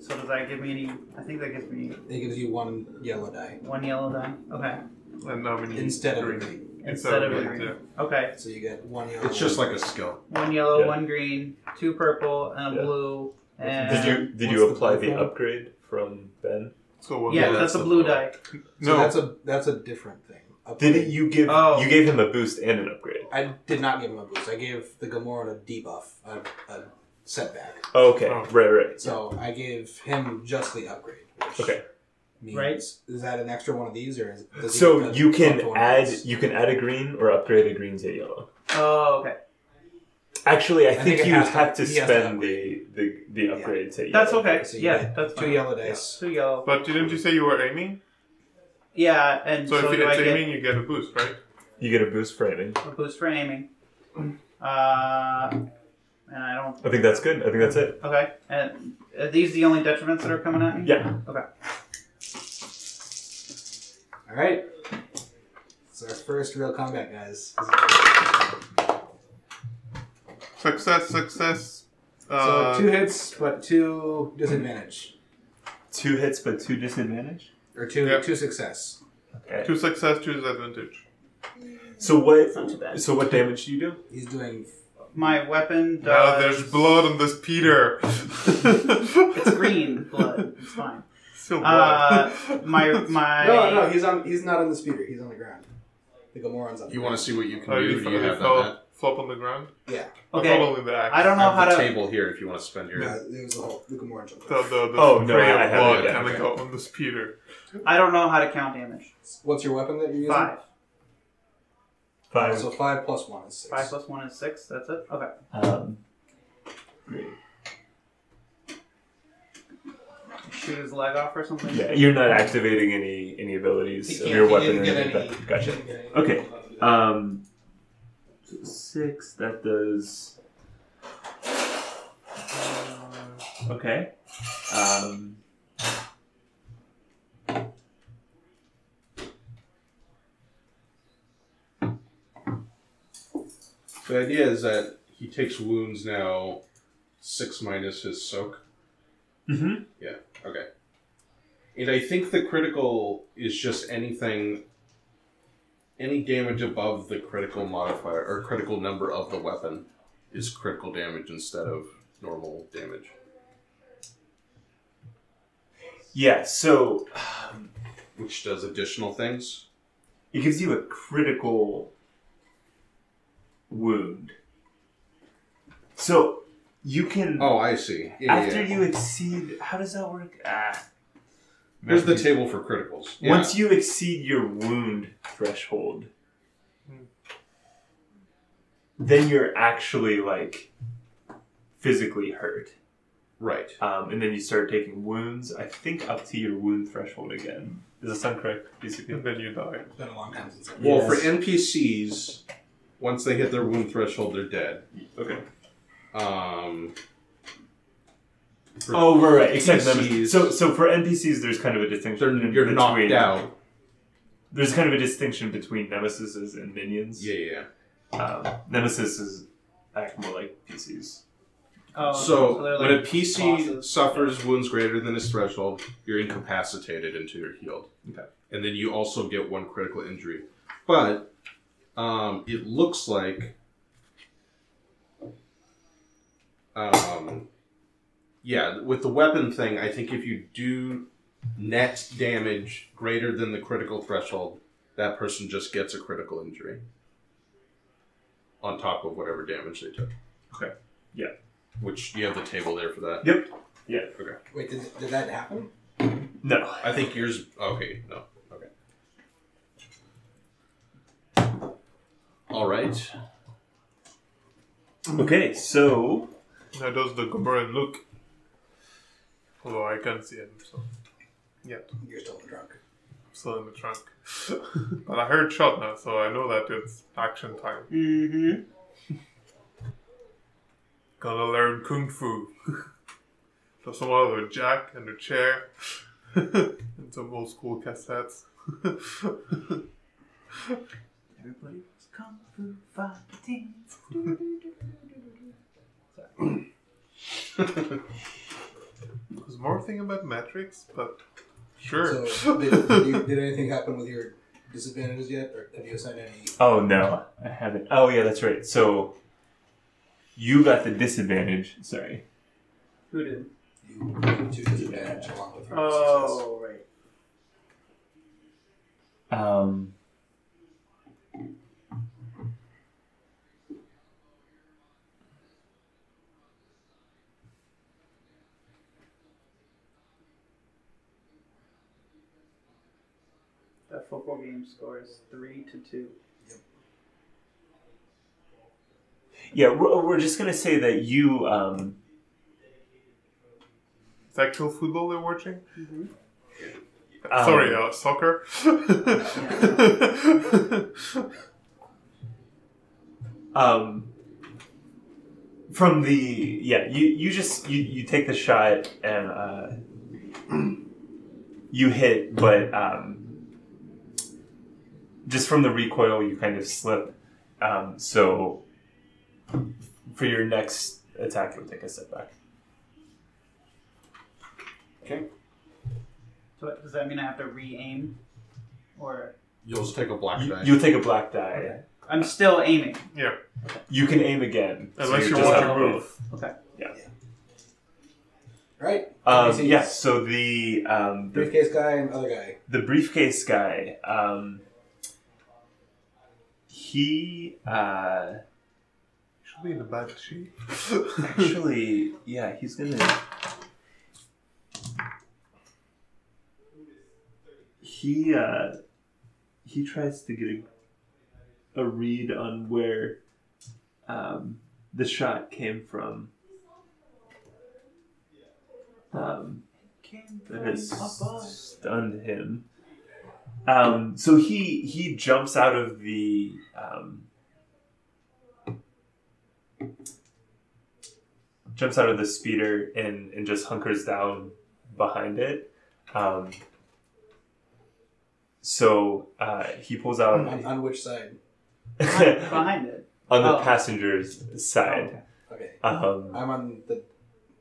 S2: So does that give me any? I think that gives me
S4: It gives you one yellow die
S2: one yellow die. Okay,
S3: and now we need
S4: instead of
S3: green.
S4: three.
S2: instead of a
S3: green,
S2: green.
S3: yeah.
S2: Okay,
S4: So you get one yellow.
S5: It's just like a skill.
S2: one yellow,
S6: Yeah.
S2: one green, two purple, and a
S6: Yeah.
S2: blue. And
S6: Did you did you
S4: What's the
S6: apply the
S4: purple?
S6: upgrade from Ben?
S3: So what?
S2: Yeah,
S5: Yeah,
S2: that's,
S5: that's
S2: a
S5: the
S2: blue
S5: blue.
S2: die.
S4: So
S3: No.
S4: that's a that's a different thing.
S6: Didn't you give
S2: Oh.
S6: you gave him a boost and an upgrade?
S4: I did not give him a boost. I gave the Gamoran a debuff, a, a setback.
S6: Okay,
S3: Oh.
S6: right, right.
S4: So I gave him just the upgrade. Which
S6: Okay.
S4: means-
S2: Right.
S4: Is that an extra one of these, or is does he
S6: So
S4: get to
S6: you
S4: up to
S6: can
S4: one of
S6: add
S4: these?
S6: you can add a green or upgrade a green to yellow.
S2: Oh, okay.
S6: Actually, I,
S4: I
S6: think,
S4: think it
S6: you
S4: has to-
S6: have to
S4: he has to
S6: spend the, the the upgrade to yellow.
S2: That's okay.
S4: So you
S2: yeah,
S4: get
S2: that's
S4: Two
S2: fine.
S4: yellow dice.
S2: Two yellow.
S3: But didn't you say you were aiming?
S2: Yeah, and
S3: So,
S2: so,
S3: if
S2: do I
S3: it's
S2: get
S3: aiming, you get a boost, right?
S6: You get a boost for aiming.
S2: a boost for aiming. Uh, and I don't.
S6: I think that's good. I think that's it.
S2: Okay. And are these the only detriments that are coming at me?
S6: Yeah.
S4: All right. It's our first real combat, guys.
S3: Success, success.
S4: So
S3: Uh,
S4: two hits, but two disadvantage,
S6: Two hits, but two disadvantage.
S4: or two
S3: Yep.
S4: two success.
S6: Okay.
S3: two success, two disadvantage.
S6: So what?
S2: Not too bad.
S6: So what damage do you do?
S4: He's doing
S2: My weapon
S3: Now
S2: does.
S3: there's blood on this Peter.
S2: It's green blood. It's fine.
S3: Still blood.
S2: Uh, my my.
S4: No, no, he's on. He's not on the speeder. He's on the ground. The Gamoran's on. The
S5: You want to see what you can
S3: Oh,
S5: do?
S3: you,
S5: Do
S3: fell-
S5: you have that?
S3: fell-
S5: Matt?
S3: flop on the ground?
S4: Yeah.
S2: Okay.
S3: Probably the axe.
S2: I don't
S5: I
S2: know
S5: have
S2: how to.
S5: the table here if you want to spend your.
S4: Yeah, it was the whole the Gamoran's on. the
S3: The,
S4: ground.
S3: the, the
S6: Oh, no, I
S3: spray of
S6: haven't
S3: blood
S6: yet.
S3: and
S5: Okay.
S3: I go on this Peter.
S2: I don't know how to count damage.
S4: What's your weapon that you're using?
S2: Five.
S6: Five.
S4: So five plus one is six.
S2: Five plus one is six. That's it. Okay.
S6: Um, great.
S2: Shoot his leg off or something.
S6: Yeah, you're not activating any any abilities of your weapon or anything. like that. Gotcha. Okay. Um, so six. That does. Uh, okay. Um.
S5: The idea is that he takes wounds now, six minus his soak.
S6: mhm.
S5: Okay. And I think the critical is just anything, any damage above the critical modifier or critical number of the weapon is critical damage instead of normal damage.
S6: Yeah. So um,
S5: Which does additional things.
S6: it gives you a critical wound. So you can
S5: Oh, I see. Yeah, yeah,
S6: after
S5: yeah.
S6: you exceed. How does that work? Ah.
S5: There's the table for criticals. Yeah.
S6: Once you exceed your wound threshold, then you're actually like physically hurt.
S5: Right.
S6: Um, and then you start taking wounds, I think up to your wound threshold again. Does that sound correct, basically?
S3: And then you die.
S4: It's been a long time since.
S5: Well,
S6: Yes.
S5: for NPCs, once they hit their wound threshold, they're dead.
S6: Okay.
S5: Um, for-
S6: Oh, right, right. Except
S5: NPCs.
S6: so, so for NPCs, there's kind of a distinction.
S5: they're,
S6: in
S5: you're knocked
S6: between-
S5: out.
S6: There's kind of a distinction between nemesises and minions.
S5: Yeah, yeah. yeah.
S6: Um, nemesis is act more like PCs.
S2: Oh,
S5: So,
S2: they're
S5: when a
S2: like
S5: PC
S2: bosses.
S5: suffers wounds greater than his threshold, you're incapacitated until you're healed.
S6: Okay.
S5: And then you also get one critical injury. But um, it looks like. Um, yeah, with the weapon thing, I think if you do net damage greater than the critical threshold, that person just gets a critical injury on top of whatever damage they took.
S6: Okay. Yeah.
S5: Which you have the table there for that.
S6: Yep. Yeah.
S5: Okay.
S4: Wait, did, did that happen?
S6: No.
S5: I think yours. Okay, no. Okay. All right.
S6: Okay, so
S3: Now does the Goberan look? Although I can't see him, so
S4: You're still in the drunk.
S3: still in the trunk. but I heard shot now, so I know that it's action time.
S2: Mm-hmm.
S3: Gonna learn kung fu. There's some other jack and a chair and some old school cassettes.
S2: Everybody was kung fu fighting.
S3: There's more thing about metrics, but sure.
S4: So, did, did, you, did anything happen with your disadvantages yet? Or have you assigned any?
S6: Oh no, I haven't. Oh yeah, that's right. So you got the disadvantage. Sorry.
S2: Who did?
S4: You two disadvantage along with your success.
S2: Oh, right.
S6: Um,
S2: That football game scores three to two.
S6: yeah, we're, we're just gonna say that you. Um,
S3: Is that cool football they're watching?
S2: Mhm.
S6: um,
S3: Sorry, uh, soccer.
S6: Um, from the yeah, you you just you, you take the shot and uh, you hit, but um, just from the recoil, you kind of slip. Um, so for your next attack, you'll take a step back.
S2: So what- does that mean I have to re-aim, or
S5: You'll just take a black
S6: You,
S5: die.
S6: you'll take a black die.
S2: I'm still aiming?
S3: yeah,
S6: You can aim again. so
S3: unless
S6: you
S3: you
S6: just
S3: want
S6: have
S3: to
S6: to
S3: move.
S4: Right?
S6: Um,
S4: Briefcase.
S6: yes. So the um, the
S4: Briefcase guy and other guy.
S6: the briefcase guy um he uh
S3: Actually, in a bad shape.
S6: actually yeah he's gonna he uh he tries to get a, a read on where um the shot came from um
S2: Can
S6: that has stunned him. Um, so he he jumps out of the um, jumps out of the speeder and and just hunkers down behind it. Um, so uh, he pulls
S4: On,
S6: out
S4: on which side?
S6: on
S2: Oh, behind it?
S6: the
S2: Oh.
S6: passenger's side.
S4: Okay.
S6: Um,
S4: I'm on the.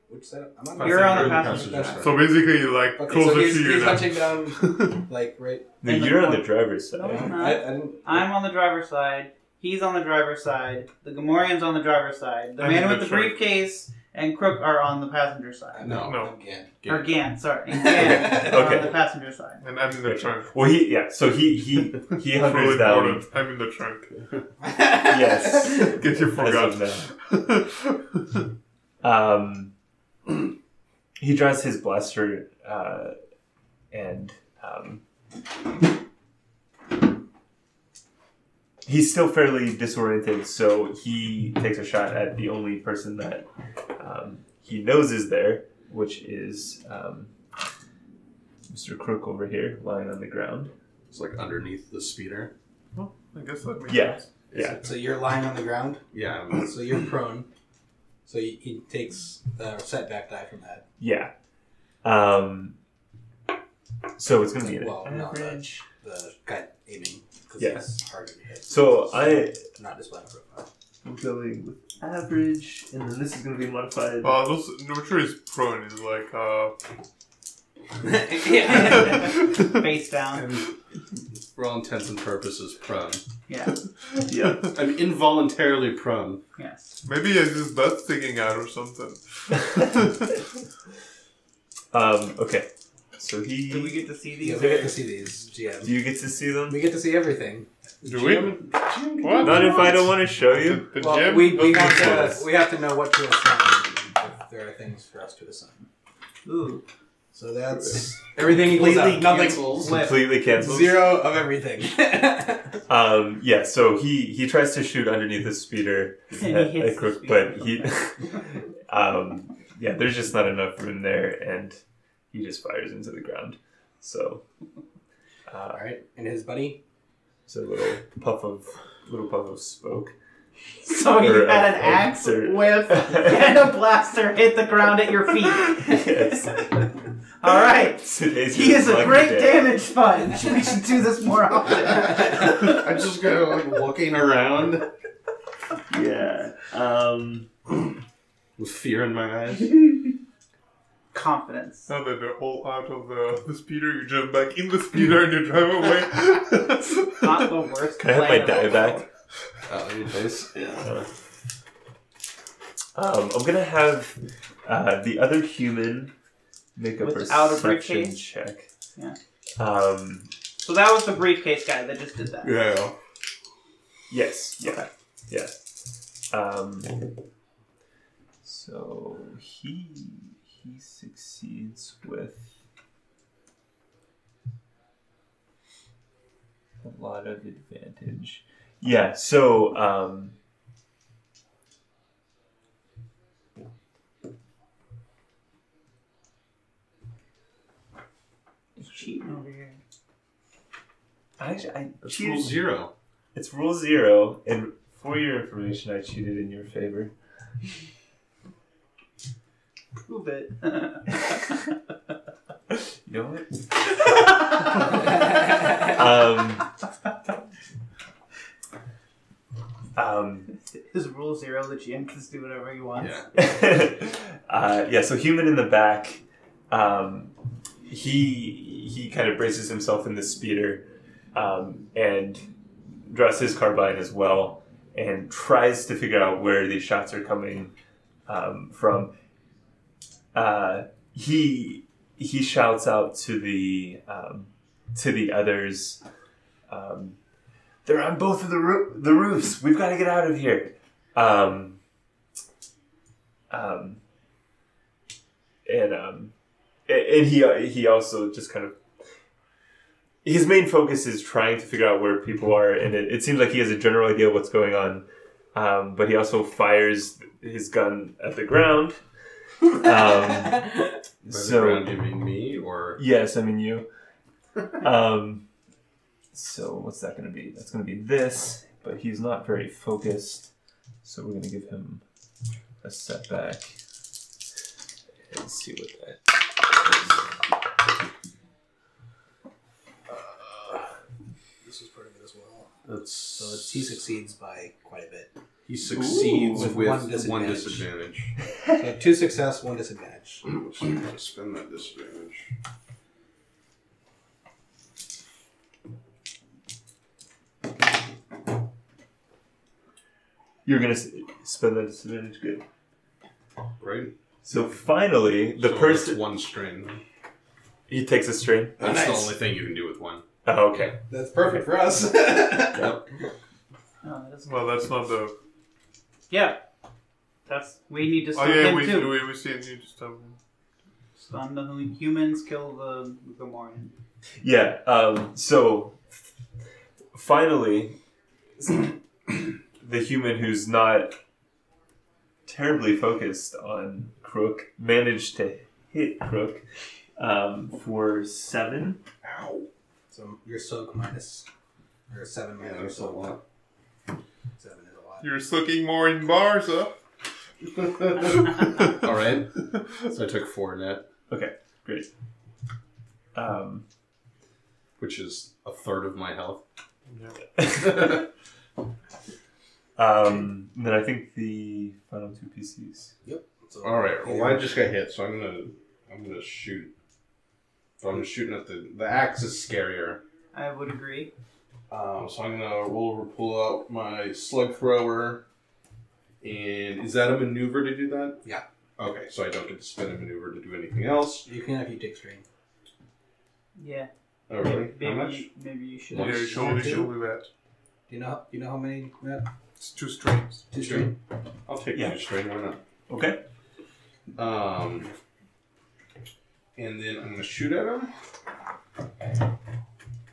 S4: Which side? I'm on
S2: You're on the
S4: passenger
S5: passenger
S4: side.
S5: side.
S3: So basically, you're like
S4: Okay,
S3: closer
S4: so he's,
S3: to you
S4: he's
S3: now.
S4: hunting down, like, right.
S6: no,
S2: And the-
S6: you're on the driver's side.
S2: No, I'm not.
S4: I, I didn't.
S2: I'm on the driver's side. He's on the driver's side. The Gamorrean's on the driver's side. The
S3: I'm
S2: man
S3: in
S2: with
S3: the
S2: the
S3: truck.
S2: briefcase and Crook are on the passenger side.
S5: No.
S3: No.
S4: Again.
S2: Or
S5: Yeah.
S2: Gan, sorry. And Gan are
S6: Okay.
S2: on the passenger side.
S3: And I'm in the trunk.
S6: Well, he yeah. So he he he
S3: It's really
S6: hunkers down.
S3: important. I'm in the trunk.
S6: Yes.
S3: Get you forgot.
S6: As of now. um, he draws his blaster uh, and um, he's still fairly disoriented, so he takes a shot at the only person that um, he knows is there, which is um, Mr. Crook over here, lying on the ground.
S5: It's like underneath the speeder.
S3: I guess that makes
S6: Yeah.
S3: sense.
S6: Yeah.
S4: So you're lying on the ground.
S5: Yeah. I'm-
S4: So you're prone. So he, he takes a setback die from that.
S6: Yeah. Um, so it's going to be an
S4: Well, not
S6: average.
S4: The guy aiming. Because
S6: Yes.
S4: it's harder to hit.
S6: So I
S4: Not displaying profile.
S6: am going with average, and then this is going to be modified.
S2: Oh.
S3: Well, Uh, those, which one is prone is like uh,
S2: Face down.
S5: for all intents and purposes, prone.
S2: Yeah.
S6: yeah.
S5: I'm involuntarily prone.
S2: Yes.
S3: maybe it's his butt sticking out or something.
S6: Um, okay. So he.
S2: Did we get to see
S4: Yeah,
S2: these?
S4: we get to see these, GM.
S6: do you get to see them?
S4: We get to see everything.
S3: Do we? What?
S6: Not if I don't want to show you.
S3: The
S4: Well,
S3: gym?
S4: we, we,
S3: Those
S4: have
S3: are
S4: to,
S3: cool.
S4: we have to know what to assign. If there are things for us to assign.
S2: Ooh.
S4: So that's
S7: Everything equals
S4: completely
S7: out. Nothing.
S4: cancels.
S6: Completely cancels.
S7: Zero of everything.
S6: Um, yeah, so he he tries to shoot underneath his speeder,
S2: And
S6: at-
S2: he hits
S6: at
S2: the
S6: Crook, but he, um, yeah, there's just not enough room there, and he just fires into the ground. So,
S7: All right, and his buddy.
S6: so a little puff of little puff of smoke.
S2: So you
S6: Or a-
S2: had an
S6: a
S2: axe
S6: sir.
S2: whiff and a blaster hit the ground at your feet.
S6: yes.
S2: All right.
S6: Today's
S2: He
S6: his
S2: is a
S6: lucky
S2: great
S6: day.
S2: damage sponge. We should do this more often.
S5: I'm just kind of like looking around
S6: Yeah. Um,
S5: with fear in my eyes.
S2: Confidence.
S3: Now that they're all out of the, the speeder, you jump back in the speeder and you drive away.
S2: Not the worst.
S6: can I have my
S2: plan
S6: die
S2: in the world.
S6: back?
S5: Oh, anyways.
S6: Um, I'm gonna have uh, the other human make a
S2: Without a
S6: perception
S2: briefcase?
S6: check.
S2: Yeah.
S6: Um,
S2: So that was the briefcase guy that just did that.
S5: Yeah.
S6: Yes. Yeah. Yeah. Um, so he he succeeds with a lot of advantage. Yeah. So um,
S2: He's cheating over here.
S6: I, I
S5: That's
S6: cheated-
S5: rule zero.
S6: It's rule zero, and for your information, I cheated in your favor.
S2: Prove it.
S6: You know what? um, um,
S2: His rule zero, the GM can just do whatever he wants.
S5: Yeah.
S6: uh, yeah, so human in the back, um, he he kind of braces himself in the speeder um, and draws his carbine as well and tries to figure out where these shots are coming um, from. Uh, he he shouts out to the um, to the others. Um, They're on both of the roo- the roofs. We've got to get out of here. Um, um, and um, a- and he uh, he also just kind of his main focus is trying to figure out where people are, and it, it seems like he has a general idea of what's going on. Um, but he also fires his gun at the ground. Um,
S5: So,
S6: so
S5: you mean me or
S6: Yes, I mean you. um, so what's that going to be? That's going to be this, but he's not very focused, so we're going to give him a setback and see what that.
S4: This is part of it as well.
S5: that's
S4: So it's, he succeeds by quite a bit.
S5: he succeeds
S4: Ooh,
S5: with,
S4: with one
S5: one disadvantage.
S4: disadvantage. So two success, one disadvantage.
S5: Oops, I gotta spend that disadvantage.
S6: You're going to spend that disadvantage. Good.
S5: Right?
S6: So finally, the
S5: So
S6: person
S5: that's one string.
S6: he takes a string.
S5: That's the
S4: nice.
S5: only thing you can do with one.
S6: Oh, okay.
S4: That's perfect for us.
S5: Yep.
S2: No, Oh, that doesn't-
S3: well, that's not the.
S2: Yeah. That's we need to
S3: Oh
S2: stun
S3: yeah,
S2: him
S3: we
S2: too.
S3: we we see need to stop. him.
S2: Stun the hu- humans, kill the Gamorrean.
S6: Yeah. Um, so finally, the human who's not terribly focused on Crook managed to hit Crook um, for seven.
S4: Ow. So your soak minus or seven minus your soak. Seven is a lot.
S3: You're sucking more in bars, huh?
S5: All right. So I took four net,
S6: Um,
S5: which is a third of my health.
S6: um, and then I think the final two PCs.
S4: So
S5: All right. Well,
S4: Yeah.
S5: I just got hit, so I'm gonna I'm gonna shoot. So I'm shooting at the the axe is scarier.
S2: I would agree.
S5: Um, so I'm gonna roll over, pull out my slug thrower, and is that a maneuver to do that?
S4: Yeah.
S5: Okay, so I don't get to spin a maneuver to do anything else.
S4: you can if you take strain.
S2: Yeah.
S5: Oh, really?
S2: Maybe,
S5: How much?
S2: You, maybe you should.
S3: Yeah, you should, you should do that.
S4: Do you know? Do you know how many? No,
S3: It's two strings.
S4: two strain.
S5: I'll take
S6: Yeah.
S5: two strain. Why not?
S6: Okay.
S5: Um, and then I'm gonna shoot at him.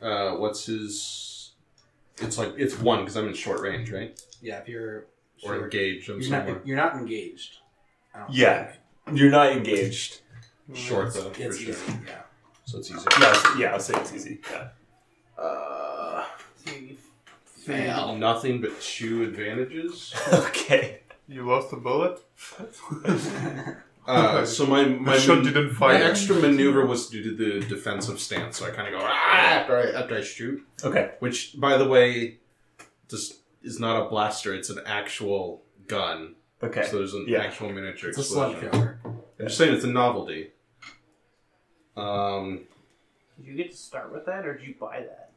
S5: Uh, what's his? It's like it's one because I'm in short range, right?
S7: Yeah, if you're
S5: Or
S7: sure.
S5: engaged. I'm
S7: you're
S5: somewhere
S7: not you're not engaged. I don't
S6: Yeah.
S7: think.
S6: You're not engaged.
S5: short though, for
S7: It's
S5: sure.
S7: easy. Yeah.
S5: So it's easy.
S6: Yeah, I'll- yeah, I'll say it's easy. Yeah.
S5: Uh,
S2: See,
S5: fail. Nothing but two advantages.
S6: Okay.
S3: You lost a bullet?
S5: Uh, so my my,
S3: My shot didn't
S5: my
S3: fire.
S5: extra maneuver was due to the defensive stance. So I kind of go ah, after I after I shoot,
S6: Okay.
S5: which by the way, just is not a blaster. It's an actual gun.
S6: Okay.
S5: So there's an
S6: Yeah.
S5: actual miniature
S7: It's a
S5: explosion.
S7: sledgehammer.
S5: I'm just saying it's a novelty. Um,
S2: Did you get to start with that, or did you buy that?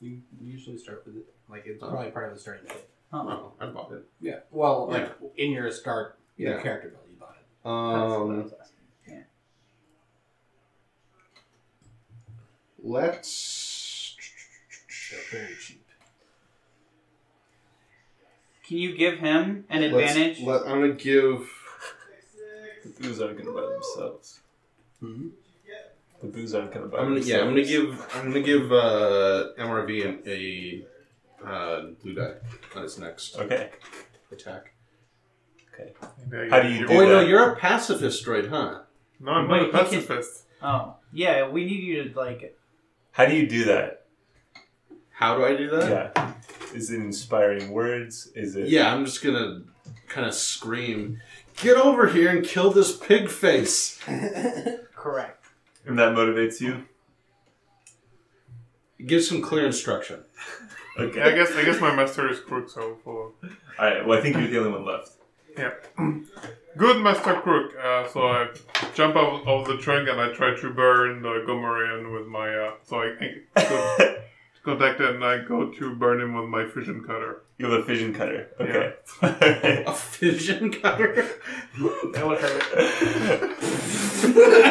S7: You usually start with it. Like it's probably part of the starting kit.
S2: Oh,
S5: oh, I bought it.
S7: Yeah. Well,
S5: Uh-huh. Yeah.
S7: like in your start, your
S5: Yeah.
S7: character build, you bought it.
S2: that's what I
S5: Um,
S2: was asking.
S5: let's.
S7: So very cheap.
S2: Can you give him an
S5: let's-
S2: advantage?
S5: Let, I'm gonna give.
S6: The booze aren't gonna buy themselves.
S7: Hmm?
S6: The booze aren't gonna buy
S5: I'm gonna
S6: themselves.
S5: yeah. I'm gonna give. I'm gonna give uh, MRV an, a uh, blue die on his next
S6: Okay.
S5: attack.
S6: How do you
S5: Oh
S6: do
S5: wait, no,
S6: that?
S5: you're a pacifist droid, huh?
S3: No, I'm
S2: Wait,
S3: not
S2: he
S3: a
S2: can-
S3: pacifist.
S2: oh, yeah. We need you to like.
S6: How do you do that?
S5: How do I do that?
S6: Yeah. Is it inspiring words? Is it
S5: Yeah, I'm just gonna kind of scream, "Get over here and kill this pig face!"
S2: Correct.
S6: and that motivates you?
S5: Give some clear instruction.
S3: Yeah, I
S6: Okay.
S3: guess I guess my master is crook, so for
S6: Alright, well I think you're the only one left.
S3: good master crook. Uh, so I jump out of the trunk and I try to burn the Gomorian with my. Uh, so I, I go, contact him and I go to burn him with my fusion cutter.
S6: you have a fission cutter. Okay.
S5: A fission cutter.
S2: That would hurt.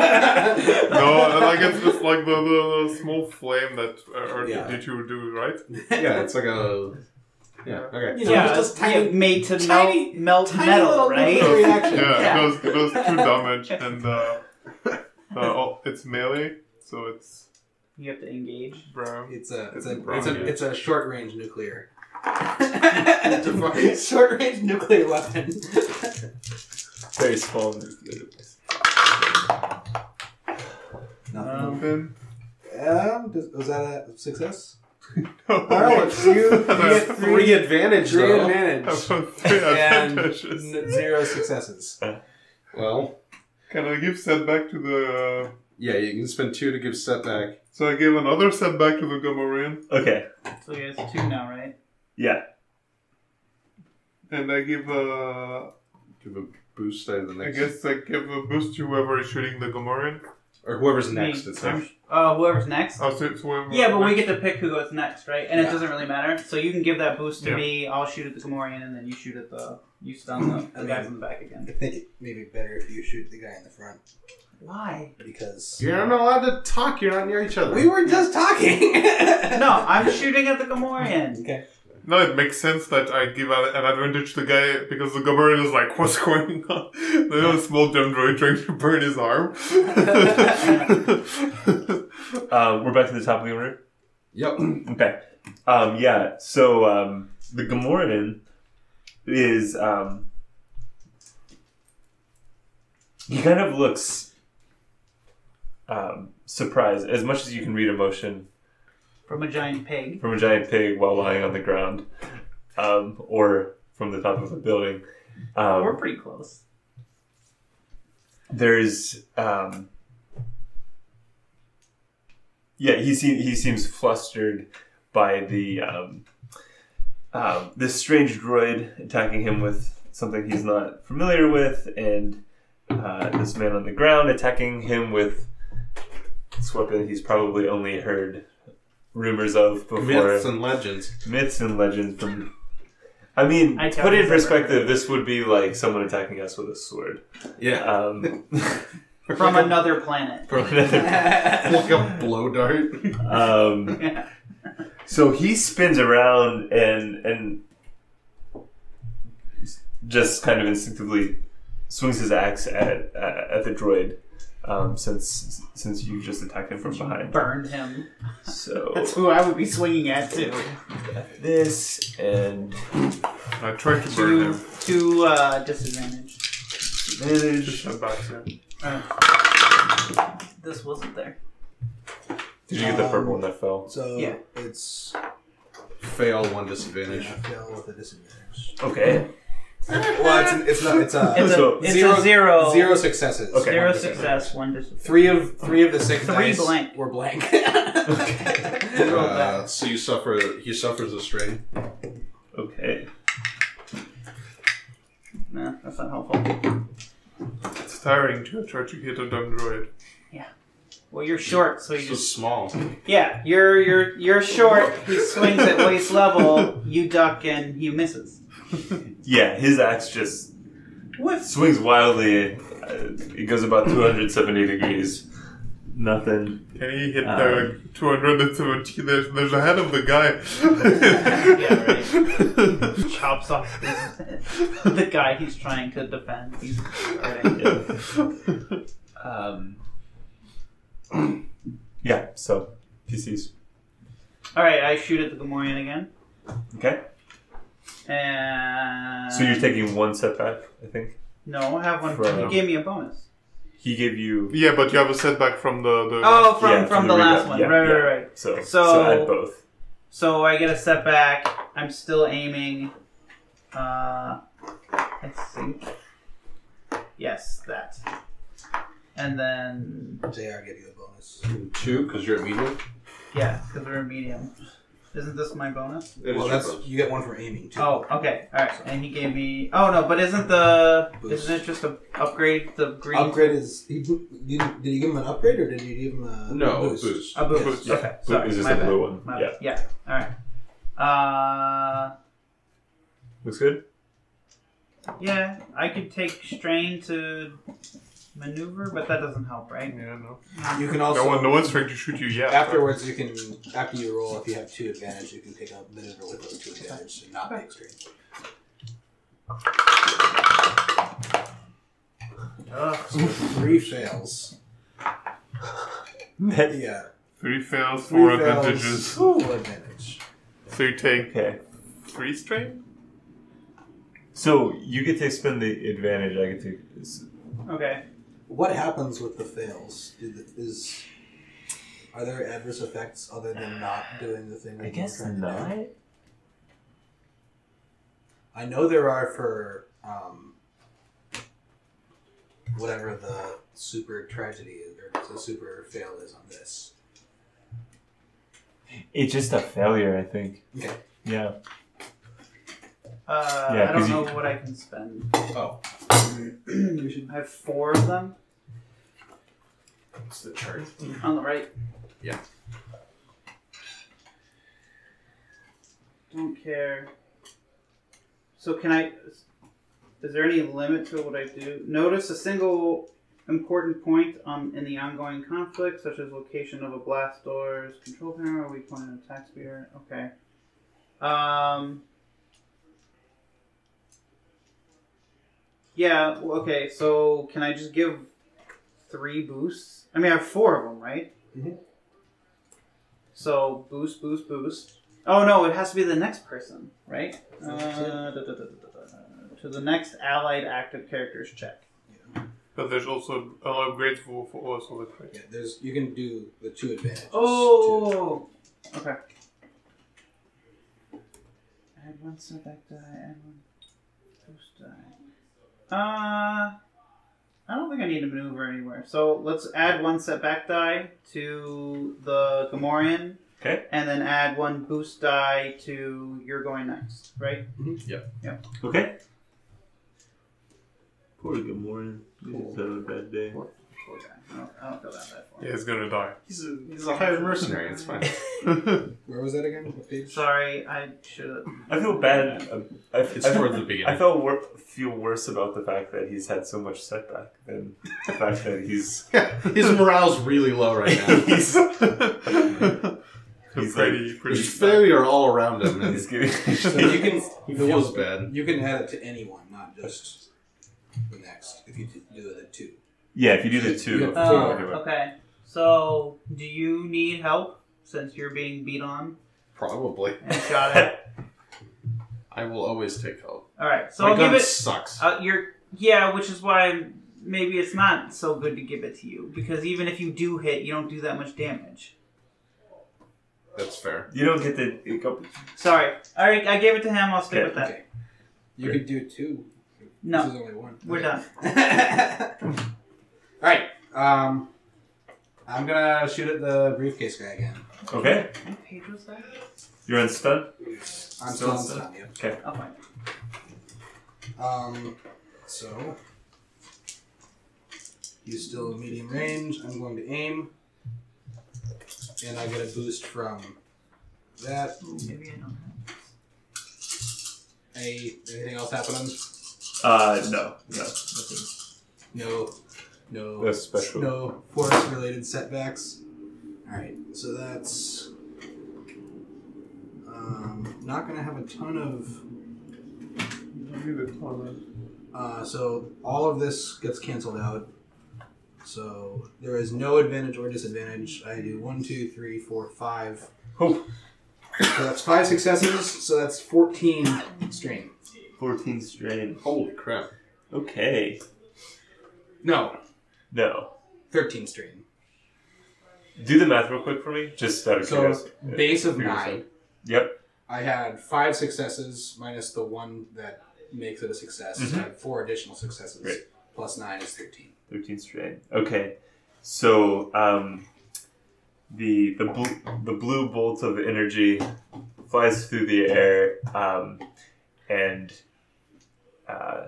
S3: No, like it's just like the, the, the small flame that uh,
S7: Yeah.
S3: R2D2 would do, right?
S5: yeah, it's like a. Yeah. Okay.
S7: You know,
S2: yeah,
S7: just
S2: yeah,
S7: tiny,
S2: made to
S7: tiny-
S2: melt, melt
S7: tiny
S2: metal,
S7: little
S2: right?
S7: nuclear-
S3: Yeah,
S7: Reaction.
S2: Yeah.
S3: it does it does two damage and uh, uh, oh, it's melee, so it's
S2: You have to engage.
S3: brown.
S7: It's a it's
S3: It's
S7: a
S3: brown,
S7: it's a,
S5: yeah.
S7: it's a short range nuclear.
S5: Device.
S7: short range nuclear weapon.
S6: Very small nuclear device.
S2: Um,
S3: Then
S4: Um, does, was that a success?
S3: Oh, Alex,
S4: you, you
S3: I
S4: get
S3: have
S5: Three advantage
S7: Three
S5: though.
S3: have
S7: advantage
S3: three
S7: and
S3: advantages.
S7: n- zero successes.
S5: Well,
S3: Can I give setback to the? Uh,
S5: yeah, you can spend two to give setback.
S3: so I gave another setback to the Gomorian,
S6: Okay.
S2: So you guys two now, right?
S6: Yeah.
S3: and I give uh,
S5: Give a boost out of the
S3: I
S5: next.
S3: guess I give a boost to whoever is shooting the Gomorian.
S5: Or whoever's next. It's
S2: I'm-
S5: not-
S2: Uh, whoever's next.
S3: Oh, so it's whoever.
S2: Yeah, but we get to pick who goes next, right? And it
S7: Yeah.
S2: doesn't really matter. So you can give that boost to
S3: Yeah.
S2: me. I'll shoot at the Gamorrean, and then you shoot at the you stun the, the guy from the back
S7: I
S2: again.
S7: think it may be better if you shoot the guy in the front
S2: Why?
S7: because
S5: You're not allowed to talk. You're not near each other.
S7: we were just talking.
S2: No, I'm shooting at the Gamorrean.
S7: Okay.
S3: No, it makes sense that I give an, an advantage to the guy because the Gomorian is like, what's going on? There's a small dumb droid trying to burn his arm.
S6: Um, we're back to the top of the order.
S5: Yep.
S6: Okay. Um, yeah. So um, the Gamorrean is um, he kind of looks um, surprised as much as you can read emotion
S2: From a giant pig.
S6: from a giant pig while lying on the ground, um, or from the top of a building. Um,
S2: We're pretty close.
S6: there's um yeah he seems he seems flustered by the um um this strange droid attacking him with something he's not familiar with and uh, this man on the ground attacking him with this weapon he's probably only heard rumors of before
S5: Myths and legends.
S6: myths and legends from i mean
S2: I tell
S6: put
S2: you
S6: in
S2: never.
S6: perspective this would be like someone attacking us with a sword
S5: Yeah.
S6: um
S2: From another planet.
S5: From another- like a blow dart.
S6: um,
S2: Yeah.
S6: so he spins around and and just kind of instinctively swings his axe at at, at the droid um, since since you just attacked him from behind.
S2: Burned him.
S6: So
S2: That's who I would be swinging at too.
S6: this and
S3: I tried to burn
S2: Two,
S3: him.
S2: two uh, disadvantage.
S6: advantage.
S3: I'm back here.
S2: This wasn't there.
S6: Did you get the purple one that fell?
S7: So
S2: Yeah.
S7: it's
S5: Fail one disadvantage.
S7: yeah, fail with a disadvantage.
S6: Okay.
S7: Well, it's, an, it's not. It's uh, a
S2: It's a,
S6: So,
S2: it's
S4: zero-
S2: a zero.
S4: Zero successes.
S6: Okay.
S2: Zero success, one disadvantage.
S4: Three of three of the six
S2: Three
S4: dice
S2: blank.
S4: were blank.
S2: Zero
S5: Uh,
S2: back.
S5: so you suffer. He suffers a strain.
S6: Okay.
S2: Nah, that's not helpful.
S3: It's tiring to try to hit a dumb droid.
S2: Well, you're short, so you
S5: This
S2: just
S5: is small.
S2: yeah. You're you're you're short. He swings at waist level. You duck and he misses.
S6: Yeah, his axe just swings wildly. Uh, it goes about 270 degrees. Nothing.
S3: Can he hit the
S6: Um,
S3: 270? There's, there's a head of the guy.
S2: Chops off his, the guy he's trying to defend. He's hurting.
S6: Um, yeah, so PCs.
S2: All right, I shoot at the Gamorrean again,
S6: Okay.
S2: and
S6: So you're taking one setback, I think.
S2: no. I have one.
S6: From-
S2: He gave me a bonus.
S6: He gave you.
S3: yeah, but you have a setback from the. the
S2: Oh, from
S6: yeah,
S2: from
S6: from
S2: the,
S6: the
S2: last
S6: reroll.
S2: one.
S6: Yeah,
S2: right,
S6: yeah.
S2: right, right.
S6: So, so,
S2: So-
S6: add both.
S2: So I get a setback. I'm still aiming. Uh, I think. Yes, that. And then
S7: JR gave you a bonus.
S5: Two, because you're at medium.
S2: yeah, because we're a medium. Isn't this my bonus?
S5: It is
S7: well,
S5: your
S7: that's
S5: bonus.
S7: you get one for aiming too.
S2: Oh, okay, all right. And he gave me. Oh no, but isn't the isn't it just a upgrade the green
S7: Upgrade is. He, bo- you, did you give him an upgrade or did you give him a
S5: no
S7: boost?
S5: boost.
S2: A boost.
S3: Boost,
S2: Okay,
S6: Blue
S2: sorry,
S6: is just
S2: my
S6: a
S2: bad.
S6: blue one.
S2: My
S6: yeah.
S2: bad. yeah. All right. Uh,
S6: Looks good?
S2: yeah, I could take strain to maneuver, but that doesn't help, right?
S3: Yeah, no.
S4: You can
S3: no, one,
S4: also
S3: no one's trying to shoot you yet.
S4: afterwards you can after you roll if you have two advantage you can take a maneuver with those two advantage and not be extreme.
S2: Ugh.
S4: Three fails. Yeah.
S3: Three fails,
S4: Three
S3: four
S4: fails,
S3: advantages.
S4: Four advantage.
S3: So you take
S6: Okay.
S3: three strain?
S6: So you get to expend the advantage. I get to.
S2: Okay.
S7: What happens with the fails? Did, the- is are there adverse effects other than not doing the thing? that you were trying to do? I know there are for um, whatever the super tragedy is, or the super fail is on this.
S6: It's just a failure, I think.
S7: Okay.
S6: Yeah.
S2: Uh,
S6: Yeah, 'cause
S2: I don't
S6: you-
S2: know what I can spend.
S7: Oh,
S2: I have four of them
S7: it's the chart.
S2: on the right.
S5: Yeah.
S2: Don't care. So can I? Is there any limit to what I do? Notice a single important point um, in the ongoing conflict, such as location of a blast door's control panel, weak point in attack spear. Okay. Um. Yeah. well, Okay. So can I just give three boosts? I mean, I have four of them, right?
S7: Mhm.
S2: So boost, boost, boost. Oh no! It has to be the next person, right? Uh, da, da, da, da, da, da. to the next allied active character's check.
S3: But there's also an upgrade for, for also the crit.
S7: Yeah, there's you can do the two advantages. too.
S2: Oh. Okay. I had one setback die and one boost die. Uh, I don't think I need to maneuver anywhere. So let's add one setback die to the Gamorrean.
S6: Okay.
S2: And then add one boost die to you're going next, right?
S5: Mm-hmm.
S6: Okay. Poor good morning. He's having a bad day.
S2: Poor guy. I don't, I don't go that bad for
S3: Yeah,
S2: him.
S3: he's gonna die.
S5: He's a, he's a hired mercenary. It's fine.
S4: Where was that again? What page?
S2: Sorry, I should.
S6: I feel bad. uh, I,
S5: It's
S6: I,
S5: towards the
S6: I
S5: beginning.
S6: felt wor- feel worse about the fact that he's had so much setback than the fact that he's
S5: His morale's really low right now.
S6: he's,
S3: So
S6: He's
S3: pretty, pretty.
S5: There's failure all around him, and
S6: he's getting
S4: So you can
S5: he feels bad.
S4: you can add it to anyone, not just the next. If you do do it at two,
S6: Yeah, if you do the two.
S4: Yeah. Uh,
S2: Oh,
S6: Okay, well.
S2: okay. So, do you need help since you're being beat on
S5: Probably.
S2: and shot at?
S5: I will always take help.
S2: All right. So
S5: My
S2: I'll
S5: gun
S2: give it.
S5: sucks.
S2: Uh, you're yeah, which is why maybe it's not so good to give it to you because even if you do hit, you don't do that much damage.
S5: That's fair.
S6: You don't get the.
S2: Sorry. All right, I gave it to him. I'll stick
S6: Okay,
S2: with that.
S4: okay. You could do two.
S2: No.
S4: This is only one.
S2: We're done.
S4: All right. Um, I'm gonna shoot at the briefcase guy again.
S6: Okay,
S2: What page was that?
S6: you're on stun. Still
S4: I'm still on
S6: stuck?
S4: stun. Yep.
S2: Oh, fine.
S4: Um, so he's still medium range. I'm going to aim, and I get a boost from that.
S2: Maybe I don't have.
S4: Any anything else happening?
S6: Uh, no, no. nothing.
S4: No, no,
S1: That's special.
S4: no force related setbacks. All right, so that's um, not going to have a ton of. Uh, so all of this gets canceled out. So there is no advantage or disadvantage. I do one, two, three, four, five.
S6: Oh.
S4: So that's five successes. So that's fourteen strain.
S6: 14 strain.
S5: Holy crap.
S6: Okay.
S4: No,
S6: No.
S4: thirteen strain.
S6: Do the math real quick for me, just out of
S4: So
S6: curiosity. Yeah.
S4: base of
S6: Figure this
S4: nine.
S6: out. Yep.
S4: I had five successes minus the one that makes it a success. I had four additional successes.
S6: Great.
S4: Plus nine is thirteen.
S6: 13 strain. Okay. So, um, the the, bl- the blue bolt of energy flies through the air, um, and uh,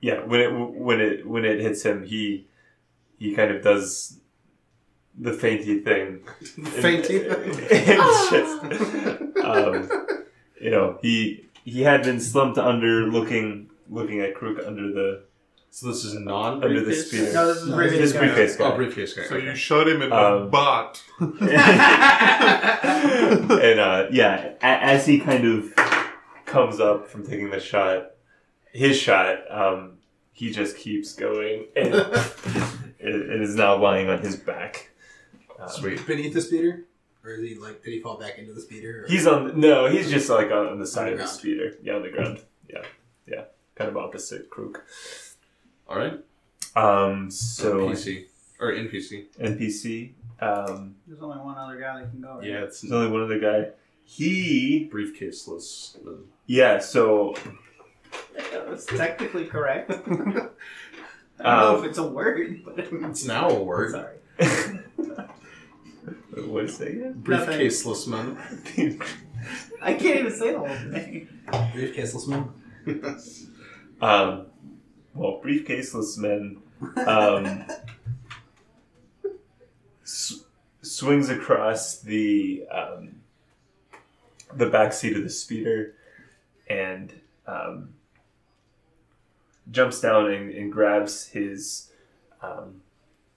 S6: yeah, when it when it when it hits him, he he kind of does the fainty thing.
S5: Fainty
S6: And-
S5: thing?
S6: it's just, um, you know, he he had been slumped under, looking looking at Crook under the
S5: So this is non
S6: under the spear.
S2: No, this is
S4: No,
S2: really
S6: His
S2: good.
S6: briefcase
S5: Oh,
S6: guy.
S5: briefcase guy.
S3: So
S5: okay.
S3: you shot him in the
S6: Um,
S3: butt.
S6: and uh, yeah, a- as he kind of comes up from taking the shot, his shot, um, he just keeps going and it is now lying on his back. Um,
S5: Sweet.
S4: Beneath the speeder, or is he like? Did he fall back into the speeder? Or?
S6: He's on no, he's just like on, on the side of the
S4: Underground.
S6: speeder. Yeah, on the ground. Yeah, yeah, kind of opposite Crook.
S5: All right.
S6: Um, so
S5: PC or NPC.
S6: NPC. Um,
S2: There's only one other guy that can go. Right?
S5: Yeah, it's
S6: there's only one other guy. He
S5: briefcase list.
S6: yeah. So
S2: that was technically correct. I don't know
S6: Um,
S2: if it's a word, but
S5: It's now a word.
S2: sorry.
S6: what is it? again?
S5: Briefcase list man.
S2: I can't even say the whole thing.
S4: briefcase will smoke.
S6: um, well, briefcaseless men um, s- swings across the um, the back seat of the speeder and um, jumps down and, and grabs his um,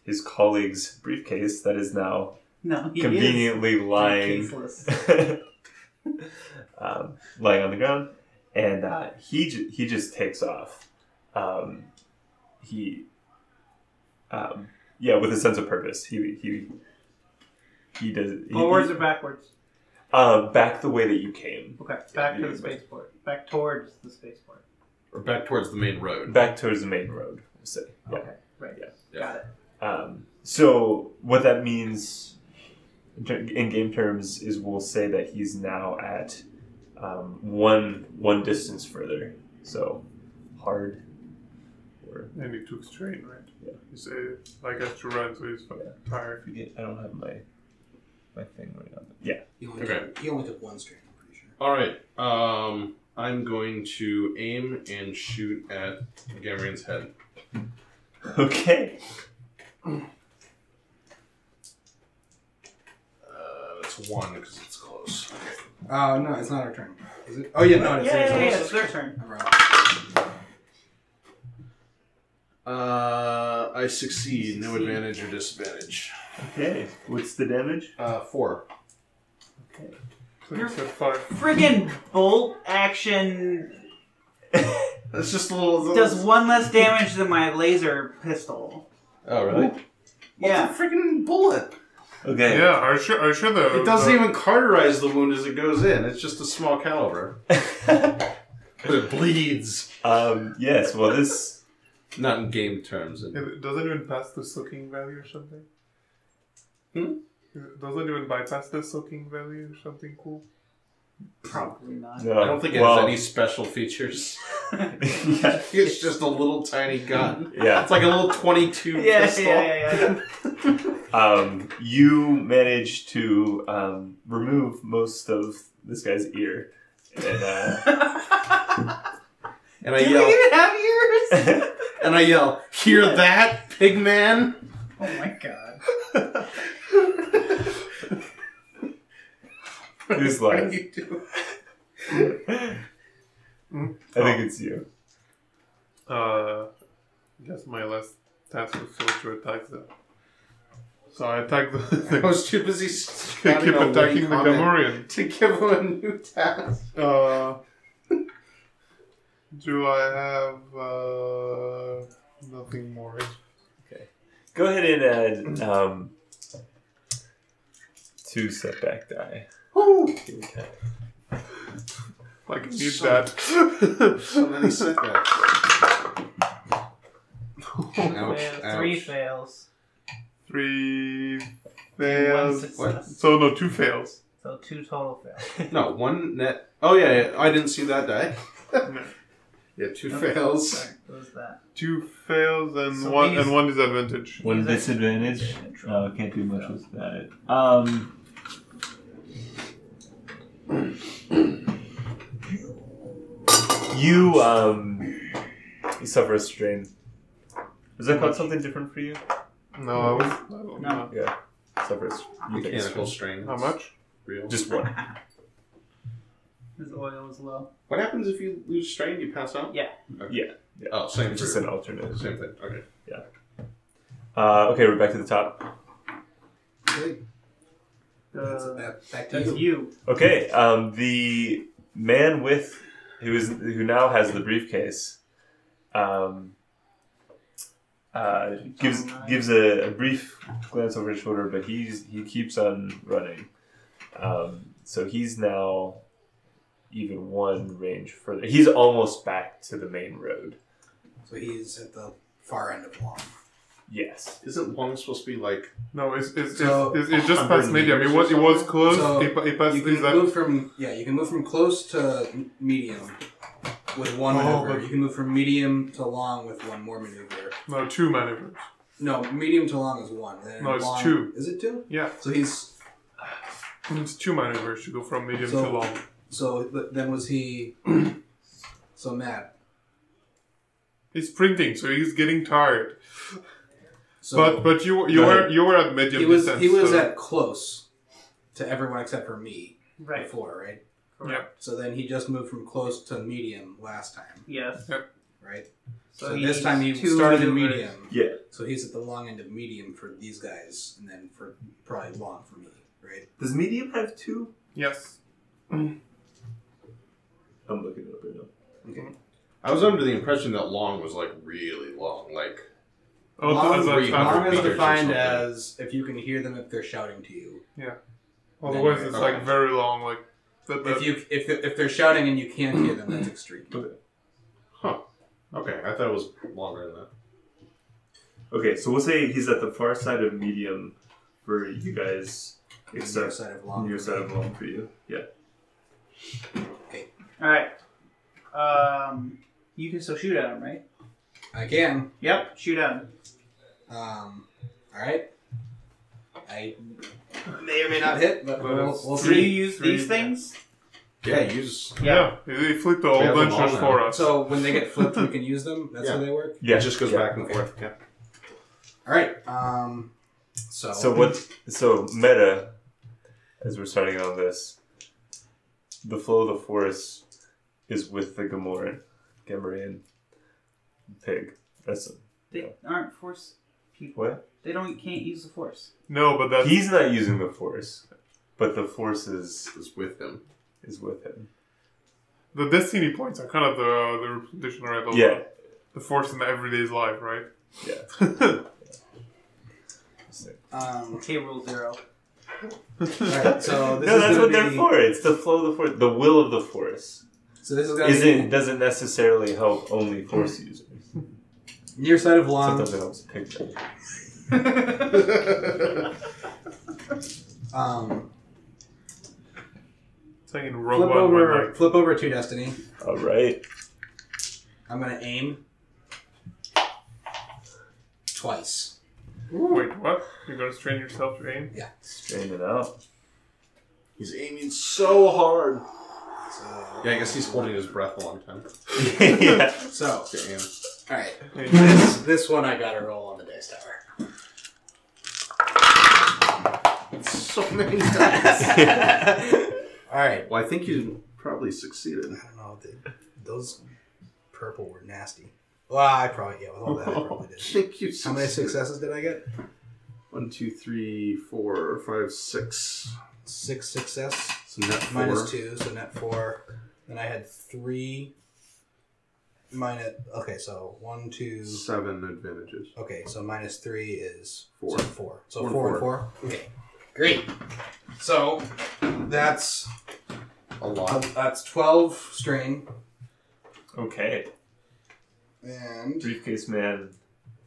S6: his colleague's briefcase that is now
S2: No, he is
S6: conveniently lying
S2: caseless.
S6: um, lying on the ground, and uh, he ju- he just takes off. Um, he, um, yeah, with a sense of purpose. He he he does. He,
S2: Forwards Oh, or backwards?
S6: uh, back the way that you came,
S2: Okay, back to
S6: you-
S2: the spaceport. Back towards the spaceport.
S5: Or back towards the main road.
S6: back towards the main road. We'll say. Yeah.
S2: Okay, right.
S6: Yeah.
S2: Got it.
S6: Um, so what that means in ter- in game terms is we'll say that he's now at um, one one distance further. So hard. Or
S3: And he took strain, right?
S6: Yeah.
S3: He said, like, has to run, so he's fucking tired.
S6: I don't have my my thing right now. Yeah.
S4: He only, took, he only took one strain. I'm pretty sure.
S5: All right. Um, I'm going to aim and shoot at Gamreen's head.
S6: Okay.
S5: Uh, that's one because it's close.
S4: Uh, no, it's not our turn. Is it? Oh yeah, no, it's
S2: Yeah,
S4: our
S2: yeah,
S4: turn.
S2: yeah, it's their turn.
S4: I'm wrong.
S5: Uh, I succeed. No advantage or disadvantage.
S6: Okay. What's the damage?
S5: Uh, four.
S6: Okay.
S3: So he said five.
S2: Friggin' bolt action
S5: That's just a little.
S2: Does one less damage than my laser pistol.
S5: oh really?
S2: Yeah.
S5: It's a freaking bullet.
S6: Okay.
S3: Yeah, I should. I should have.
S5: It doesn't even cauterize the wound as it goes in. It's just a small caliber. but it bleeds.
S6: Um, yes. Well, this.
S5: Not in game terms.
S3: It doesn't even pass the soaking value or something.
S5: Hmm?
S3: It doesn't even bypass the soaking value or something cool.
S2: Probably not.
S6: No,
S5: I don't think it
S6: well,
S5: has any special features.
S6: yeah,
S5: It's just a little tiny gun.
S6: yeah.
S5: It's like a little 22
S2: Yeah,
S5: pistol.
S2: yeah, yeah,
S6: Um, you manage to um, remove most of this guy's ear, and uh,
S5: And I
S2: Do
S5: yell,
S2: we even have ears?
S5: and I yell, hear that, pig man?
S2: Oh my god.
S6: who's
S5: What do
S6: left?
S5: you do?
S6: I think it's you.
S3: Uh, I guess my last task was so to attack them. So I attack the.
S5: I
S3: the
S5: was too busy
S3: I keep
S5: shouting a
S3: attacking the
S5: lame comment
S3: Gamorrean.
S5: to give him a new task.
S3: Uh, do I have uh, nothing more?
S6: Go ahead and add um, two setback die.
S5: Woo!
S3: Like I need
S5: So-
S3: that.
S5: So many setbacks. Ouch,
S2: Fail-
S5: ouch.
S2: Three fails.
S3: Three
S2: One
S3: fails.
S2: success.
S5: what?
S3: So no, two fails.
S2: So two total fails.
S5: No, one net. Oh yeah, yeah, I didn't see that die. yeah, two fails.
S2: Sorry, what was that?
S3: Two fails and
S2: So
S3: one
S2: these-
S3: and one disadvantage.
S6: One
S2: Is that-
S6: disadvantage. No, I can't do much with that. Um, you um, you suffer a strain. Is that called something different for you?
S3: No, I was. I don't
S2: No.
S3: know.
S6: Suffer a s- you take a
S5: Mechanical
S6: strain.
S5: strain.
S3: How much?
S5: Real.
S6: Just one.
S2: His oil was low.
S5: What happens if you lose strain? You pass out.
S2: Yeah.
S5: Okay.
S6: Yeah.
S5: Oh, same.
S6: It's just
S5: for-
S6: an alternate.
S5: Same thing. Okay.
S6: Uh, okay, we're back to the top.
S4: Okay, that's
S2: Uh,
S4: back, back to
S2: that's
S4: you.
S2: you.
S6: Okay, um, the man with who is who now has the briefcase um, uh, gives gives a, a brief glance over his shoulder, but he's he keeps on running. Um, so he's now even one range further. He's almost back to the main road.
S4: So he's at the far end of long.
S6: Yes.
S5: Isn't long supposed to be like?
S3: No, it's it's,
S4: So,
S3: it's, it's, it's just
S5: 100
S3: past medium. It
S5: meters
S3: was
S5: or
S3: it was
S5: something?
S3: close.
S4: So,
S3: it, pa- it passed.
S4: You can
S3: is that-
S4: move from yeah, you can move from close to m- medium with one
S3: Oh,
S4: maneuver.
S3: but-
S4: You can move from medium to long with one more maneuver.
S3: no two maneuvers.
S4: No, medium to long is one. Then
S3: No, it's
S4: long-
S3: two.
S4: Is it two?
S3: Yeah,
S4: So he's
S3: it's two maneuvers to go from medium
S4: So-
S3: to long.
S4: so th- then was he? so Matt.
S3: He's sprinting, so he's getting tired.
S4: So
S3: but but you you
S6: Go
S3: were
S6: ahead.
S3: you were at medium
S4: he was
S3: distance.
S4: he was
S3: so-
S4: at close to everyone except for me
S2: Right.
S4: before, right?
S3: Yeah.
S4: So then he just moved from close to medium last time,
S2: Yes.
S4: right?
S2: So,
S4: So,
S2: he
S4: this time he
S2: needs two
S4: started in
S2: maneuvers.
S4: medium.
S6: Yeah.
S4: So he's at the long end of medium for these guys, and then for probably long for me, right?
S6: Does medium have two?
S3: Yes.
S6: I'm looking it up right now.
S5: I was under the impression that long was like really long, like
S3: Oh,
S4: Long
S3: that's- that's-
S5: three
S3: that's-
S4: Long
S5: hundred
S4: is
S5: meters or
S4: defined
S5: something.
S4: as if you can hear them if they're shouting to you.
S3: Otherwise, it's
S5: Okay.
S3: like very long. Like that, that,
S4: If you if, if they're shouting and you can't hear them, that's extreme.
S5: Huh. Okay, I thought it was longer than that.
S6: Okay, so we'll say he's at the far side of medium for you guys,
S4: Near
S6: except
S4: side of long.
S6: near side of long for you. Yeah.
S2: All right. Um, you can still shoot at him, right?
S4: I can.
S2: Yep. Shoot at him.
S4: Um, all right. I may or may not hit, but we'll, we'll
S2: Do you
S4: see.
S2: use
S3: three,
S2: these things?
S5: Yeah, use
S3: yeah, he flipped a
S5: We
S3: whole
S5: have them
S3: bunch
S5: all
S3: just
S5: now.
S3: for us.
S4: So when they get flipped, we can use them. That's how they work.
S6: Yeah.
S5: it just goes
S6: yeah.
S5: back and forth. Yeah.
S4: All right. Um, so
S6: So what? So meta, as we're starting on this, the flow of the force is with the Gamoran, Gamorrean pig. That's
S2: They aren't force people.
S6: what?
S2: They don't can't use the force.
S3: no, but that's
S6: He's not using the force, but the force is
S5: Is with him.
S6: is with him.
S3: The destiny points are kind of the the representation, right? Of
S6: Yeah.
S3: The force in everyday's life, right?
S6: Yeah.
S4: Um,
S2: Table zero.
S4: alright, so this
S6: no,
S4: is
S6: that's
S4: gonna
S6: what
S4: be,
S6: they're for. It's the flow of the force, the will of the force.
S4: So this is gonna
S6: Isn't doesn't necessarily help only force users.
S4: be near side of long.
S6: Sometimes it helps pick them.
S4: Um,
S3: It's like in
S4: flip
S3: Rogue One, when,
S4: over,
S3: like,
S4: flip over to destiny.
S6: All right.
S4: I'm gonna aim twice.
S3: wait, what? You're gonna strain yourself to aim?
S6: Strain it out.
S5: He's aiming so hard.
S4: So,
S5: Yeah,
S6: Uh,
S5: I guess he's holding his breath a long time
S6: yeah.
S4: so
S5: to aim.
S4: all right,
S3: Hey,
S4: this this one I got to roll on the dice tower.
S5: So many times.
S4: All right.
S5: well, I think you probably succeeded.
S4: I don't know. They, those purple were nasty. Well, I probably yeah. With all that, I probably
S5: I
S4: did.
S5: think you
S4: How many
S5: succeeded.
S4: successes did I get?
S5: One, two, three, four, five, six.
S4: Six success
S5: So net four.
S4: minus two, so net four. Then I had three. Minus okay, so one, two.
S5: Seven advantages.
S4: Okay, so minus three is
S5: Four.
S4: So four. So
S5: Four
S4: four,
S5: and
S4: and four. Okay, great. So that's
S5: A lot.
S4: that's twelve strain
S6: Okay.
S4: and
S6: Briefcase man hits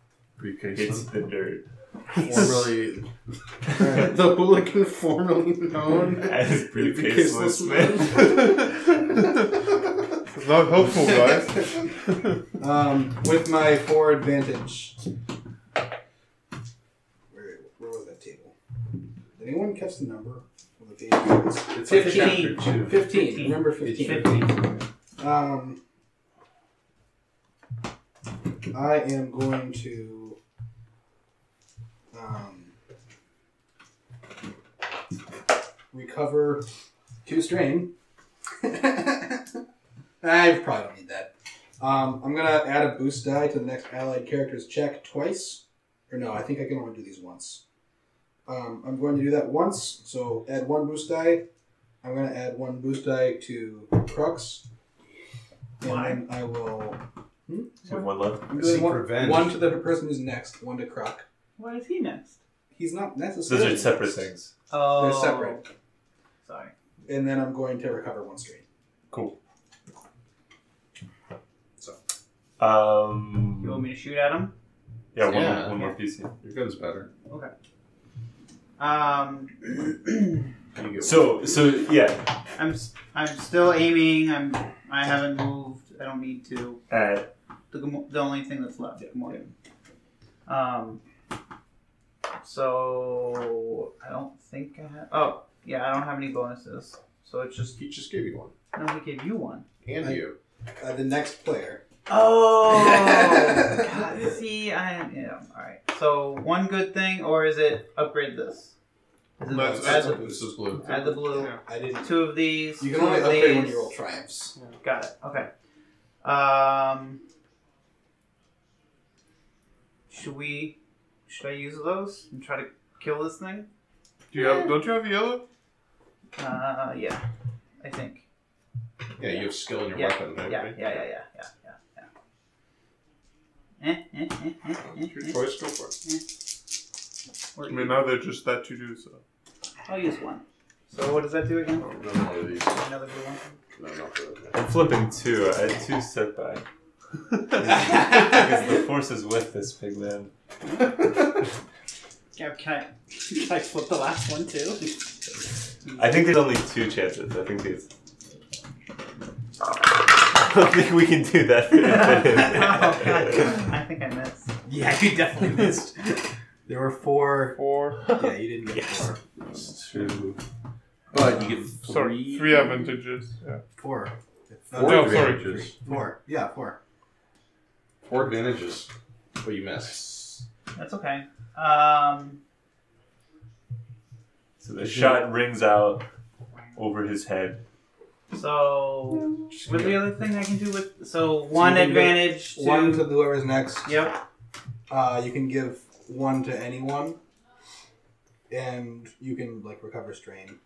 S5: Briefcase.
S6: the dirt
S5: Formerly, the hooligan formerly known
S6: as briefcaseless man.
S5: man.
S3: It's not helpful, guys.
S4: um with my four advantage. Where, where was that table? Did anyone catch the number of the page? numbers?
S5: it's like
S4: Fifteen.
S5: chapter two.
S4: Fifteen. Remember fifteen.
S2: Fifteen.
S4: Um, I am going to. Um, recover two strain. I probably don't need that. Um, I'm gonna add a boost die to the next allied character's check twice. Or no, I think I can only do these once. Um, I'm going to do that once, so add one boost die. I'm gonna add one boost die to Crux. And
S2: Why?
S4: then I will.
S6: So one left.
S4: I'm
S5: Seek
S4: doing one,
S5: revenge.
S4: one to the person who's next, one to Croc.
S2: What is he next?
S4: He's not
S6: Those
S4: necessarily.
S6: are separate
S4: next.
S6: things.
S2: Oh,
S4: They're separate.
S2: Sorry.
S4: And then I'm going to recover one strain.
S6: Cool.
S4: So.
S6: Um.
S2: You want me to shoot at him?
S6: Yeah, one,
S5: Yeah.
S6: one more piece. yeah.
S5: Your gun's better.
S2: Um,
S5: You get
S6: So, so yeah,
S2: I'm s- I'm still aiming. I'm I haven't moved. I don't need to.
S6: uh,
S2: The, Gamo- the only thing that's left, Morgan. Um. So I don't think I have. Oh yeah, I don't have any bonuses. So it's just
S5: He just gave you one.
S2: no. He gave you one.
S5: And
S4: I-
S5: you.
S4: Uh, the next player.
S2: Oh, God, see, I am. Yeah, all right. So one good thing, or is it upgrade this? Is it
S3: No, it's-
S2: add,
S5: That's-
S2: the,
S5: this is blue.
S2: add the blue.
S3: Yeah.
S4: I didn't.
S2: Two of these.
S4: You
S2: two
S4: can only
S2: of
S4: upgrade when
S2: these.
S4: you roll triumphs.
S2: Got it. Okay. Um, should we? Should I use those and try to kill this thing?
S3: Do you have? Don't you have yellow?
S2: Uh, yeah, I think.
S5: Yeah, you have skill in your
S2: Yeah.
S5: weapon. right?
S2: Yeah, yeah, yeah, yeah, yeah, yeah. yeah. Eh, eh, eh, eh, eh,
S5: Your
S2: eh.
S5: choice, go for it.
S2: Or
S3: I mean, now they're just that you do. So
S2: I'll use one. So what does that do again?
S5: Oh, no, no, these.
S2: Another blue one.
S5: No, not the
S6: I'm flipping two. I had two setback because the force is with this big man.
S2: Yeah, can I, can I flip the last one too?
S6: I think there's only two chances. I think these. I don't think we can do that.
S2: Oh, I think I missed.
S7: Yeah, you definitely missed. There were four.
S3: four.
S7: Yeah, you didn't get
S6: Yes.
S7: four.
S5: two. But you get three.
S3: Sorry, three advantages. Yeah.
S7: Four.
S5: Four
S3: No, sorry.
S5: advantages.
S7: Four. Yeah, four.
S5: Four advantages. But you missed.
S2: That's okay. Um,
S6: so the shot rings out over his head.
S2: so what's the other thing I can do with? So one
S4: can do
S2: advantage to
S4: One to whoever's next.
S2: Yep.
S4: Uh, you can give one to anyone, and you can like recover strain.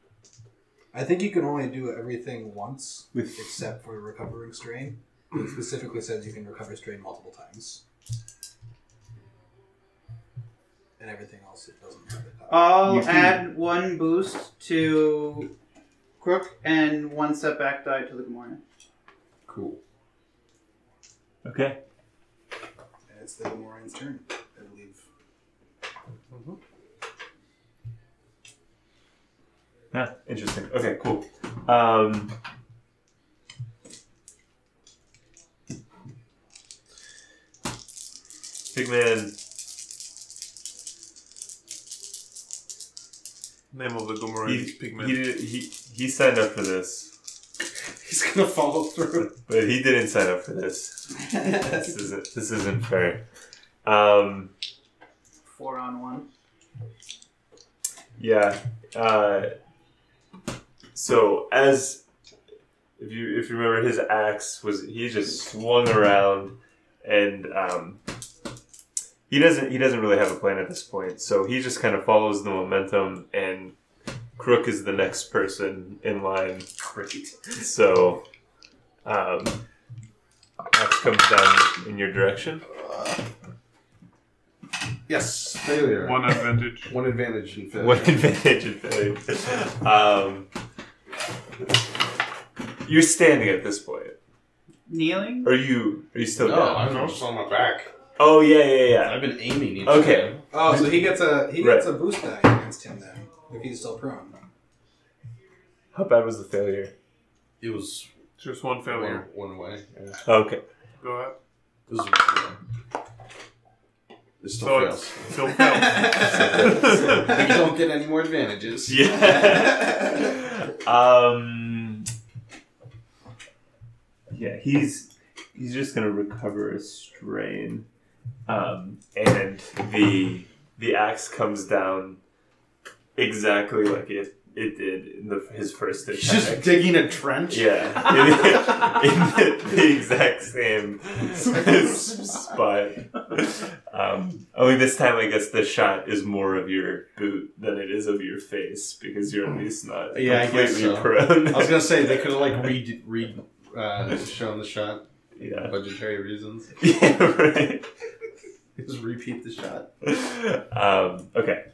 S7: I think you can only do everything once,
S5: With-
S7: except for recovering strain. It specifically says you can recover strain multiple times. And everything else, it doesn't have it.
S2: I'll
S5: You can-
S2: add one boost to Crook and one setback die to the Gamorrean.
S5: Cool.
S6: Okay.
S7: And it's the Gamorrean's turn, I believe.
S6: Yeah, interesting. Okay, cool. Um, big man.
S3: Name of the Gomorrah
S6: He,
S3: is Pigman.
S6: he, did- he, he signed up for this,
S5: He's gonna follow through.
S6: but he didn't sign up for this. this isn't this isn't fair. Um,
S2: Four on one.
S6: yeah. Uh, so as if you if you remember, his axe was he just swung around, and um, he doesn't he doesn't really have a plan at this point. So he just kind of follows the momentum, and Crook is the next person in line.
S5: Great.
S6: So um, axe comes down in your direction.
S5: Yes, failure.
S3: One advantage.
S5: One advantage in failure.
S6: What advantage and failure? Um, you're standing at this point.
S2: Kneeling?
S6: Are you? Are you still
S5: No,
S6: down?
S5: I'm just on my back.
S6: Oh yeah, yeah, yeah.
S5: I've been aiming. each
S6: Okay.
S5: time.
S7: Oh, so he gets a he gets a boost die against him then, if he's still prone.
S6: How bad was the failure?
S5: It was
S3: Just one failure.
S5: one, one way. Yeah.
S6: Okay.
S3: Go ahead.
S5: It was, yeah. It still
S3: So it's
S5: fails.
S3: still failed.
S5: you don't get any more advantages.
S6: Yeah. um. Yeah, he's he's just gonna recover a strain, um, and the the axe comes down exactly like it it did in the, his first attack.
S5: He's just digging a trench.
S6: Yeah, in, the, in the, the exact same spot. Um, only this time, I guess the shot is more of your boot than it is of your face because you're at least not
S5: Hmm. Yeah, I guess
S6: completely
S5: so.
S6: prone.
S5: I was gonna say they could have like re re uh, shown the shot
S6: yeah,
S5: budgetary reasons.
S6: yeah, right.
S5: Just repeat the shot,
S6: Um, okay,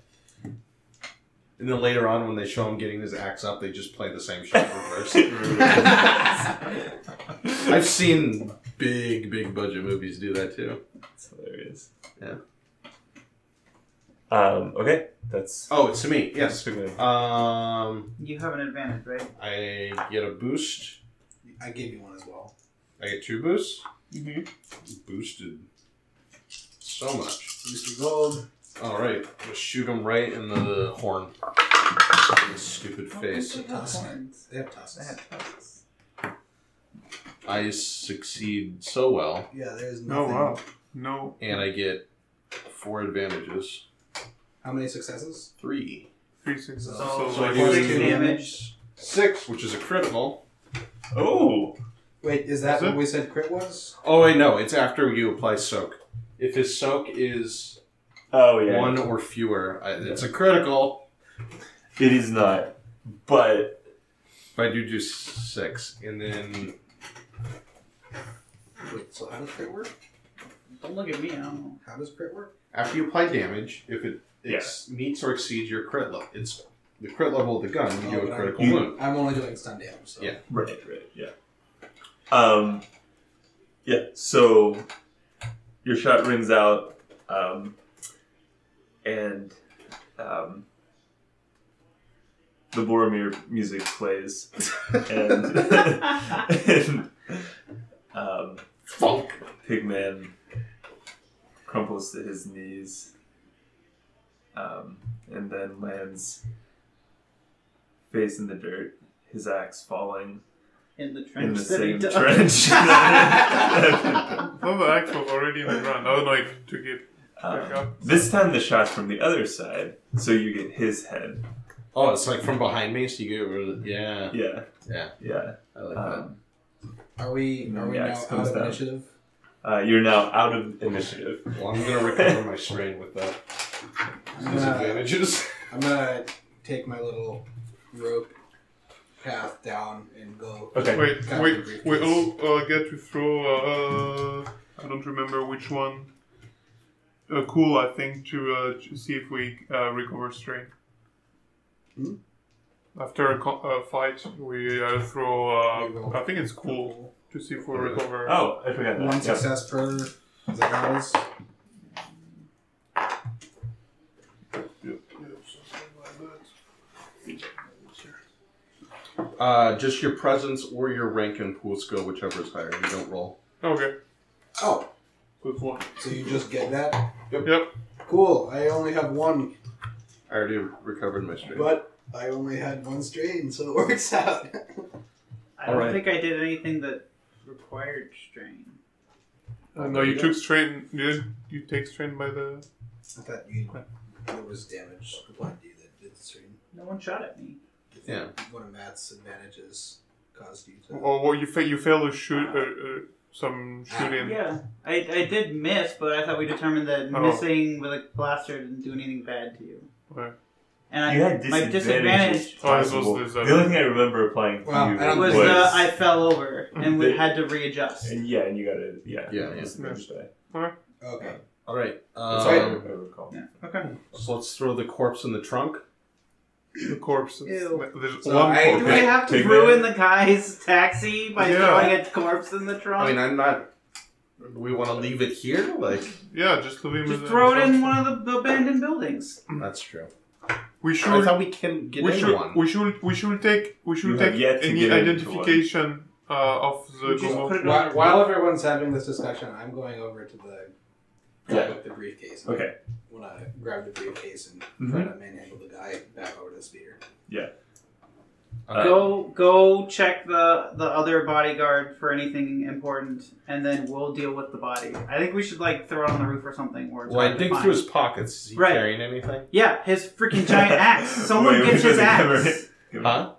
S5: and then later on when they show him getting his axe up, they just play the same shot reverse. I've seen big big budget movies do that too.
S6: that's hilarious.
S5: Yeah.
S6: Um, okay, that's
S5: Oh, it's to me. Yes.
S6: Superman.
S5: Um,
S2: You have an advantage, right?
S5: I get a boost.
S7: I gave you one as well.
S5: I get two boosts.
S2: Mm-hmm.
S5: Boosted so much.
S7: Mr. Gold.
S5: All right, just shoot him right in the horn. In his stupid face.
S7: They have tusks.
S5: I succeed so well,
S7: Yeah, there's
S3: no,
S7: nothing.
S3: Oh, wow. No.
S5: and I get four advantages.
S7: How many successes?
S5: Three.
S3: Three successes.
S2: So-
S3: So,
S2: so
S3: like,
S2: you- Oh,
S3: you-
S2: Six damage.
S5: Six, which is a critical.
S6: Oh,
S7: Wait, is that
S3: Is
S7: what
S3: it?
S7: we said crit was?
S5: Oh wait, no, it's after you apply soak. If his soak is
S6: oh yeah.
S5: one or fewer, I, it's a critical.
S6: It is not, but
S5: But I do do six, and then
S7: Wait, so how does crit work?
S2: Don't look at me. I don't know.
S7: How does crit work?
S5: after you apply damage, if it ex- meets or exceeds your crit level, it's the crit level of the gun. You
S7: Oh,
S5: do
S7: but
S5: a
S7: I-
S5: critical
S6: you-
S5: wound.
S7: I'm only doing stun damage. So.
S5: Yeah.
S6: Right, right, yeah. Um, yeah, so your shot rings out, um, and um, the Boromir music plays, and, and um,
S5: Funk.
S6: Pigman crumples to his knees um, and then lands face in the dirt, his axe falling
S2: In the
S6: in
S2: trench.
S6: the
S2: that he
S6: same
S2: dug.
S6: trench. that-
S3: so the axe was already in the ground. I don't know if you took it back
S6: um,
S3: up.
S6: this time the shot's from the other side, so you get his head.
S5: Oh, it's like from behind me, so you get rid of yeah.
S6: Yeah.
S5: Yeah.
S6: Yeah.
S5: I like that.
S6: Um,
S7: Are we?
S6: And
S7: Are
S6: then
S7: we
S6: the
S7: now
S6: axe
S7: out
S6: comes
S7: of
S6: down.
S7: initiative?
S6: uh, you're now out of initiative.
S5: Well, I'm gonna recover my strain with that.
S7: I'm gonna,
S5: Disadvantages.
S7: I'm gonna take my little rope
S4: path down and go.
S1: Okay.
S3: Wait,
S4: Got the
S3: wait, we
S4: briefcase.
S3: all uh, get to throw. Uh, uh, I don't remember which one. Uh, cool, I think, to uh, to see if we uh, recover strength.
S4: Hmm?
S3: After a co- uh, fight, we uh, throw.
S4: You
S3: Uh,
S4: roll.
S3: I think it's cool to see if we recover.
S4: Ah.
S6: Oh, I forgot
S4: One
S6: that. Yeah.
S4: success per. Is that how it is?
S3: Yep, yep, something like that.
S5: Uh, just your presence or your rank and pool skill, whichever is higher. You don't roll.
S3: Okay,
S4: Oh,
S3: with one.
S4: so you just get that?
S3: Yep.
S4: Cool. I only have one,
S5: I already recovered my strength.
S4: but I only had one strain, so it works out.
S2: I don't
S5: Alright.
S2: think I did anything that required strain.
S3: Uh, no, you took strain. You didn't. You take strain by the.
S4: I thought you. It was damage applied to you that did the strain.
S2: No one shot at me.
S4: I think
S5: Yeah.
S4: One of Matt's advantages caused you to.
S3: Or what you fa- you failed to shoot uh, uh, some shooting.
S2: Yeah, I, I did miss, but I thought we determined that
S3: Oh.
S2: missing with a blaster didn't do anything bad to you.
S3: Okay.
S2: And I,
S6: You had
S2: my
S6: disadvantage.
S2: disadvantage
S6: as
S3: Oh, this was-
S6: possible.
S3: this, uh,
S6: the only thing I remember applying to
S4: Well,
S6: you
S4: I don't
S2: was
S6: was,
S4: think-
S2: uh, I fell over and we
S6: The-
S2: had to readjust.
S6: and yeah, and you got it. Yeah,
S5: Yeah, yeah.
S6: disadvantage die.
S4: Okay.
S5: All right.
S6: That's all I
S5: Um,
S6: re- I recall.
S2: Okay.
S5: so let's throw the corpse in the trunk.
S3: The corpses.
S2: Ew.
S3: There's
S4: So
S3: one
S4: I-
S2: Do we
S3: corpse.
S2: have to
S6: Take
S2: ruin the guy's taxi by
S3: Yeah.
S2: throwing a corpse in the
S5: I mean,
S2: trunk?
S5: I'm not. Do we want to leave it here? Like
S3: Yeah, just leave him.
S2: Just
S3: as
S2: throw
S3: a-
S2: it in one of the abandoned buildings.
S5: that's true.
S3: We
S5: I
S3: should.
S5: thought we can get
S3: We
S5: in
S3: should,
S5: one.
S3: we should. We should take. We
S6: You
S3: should
S6: have
S3: take
S6: yet to
S3: any
S6: get into
S3: identification uh, of the
S2: We just
S3: Gomo.
S2: put it
S4: While,
S2: on.
S4: while everyone's having this discussion, I'm going over to the guy
S6: Yeah.
S4: with the briefcase.
S6: Okay.
S4: want to grab the briefcase and try to manhandle the guy back over to the speeder.
S5: Uh,
S2: go go check the the other bodyguard for anything important, and then we'll deal with the body. I think we should like throw it on the roof or something. Or
S5: well, I dig through his pockets. Is he
S2: Right.
S5: carrying anything?
S2: Yeah, his freaking giant axe. Someone
S6: Wait,
S2: gets
S6: which
S2: his
S6: one is
S2: axe.
S6: it?
S5: Huh?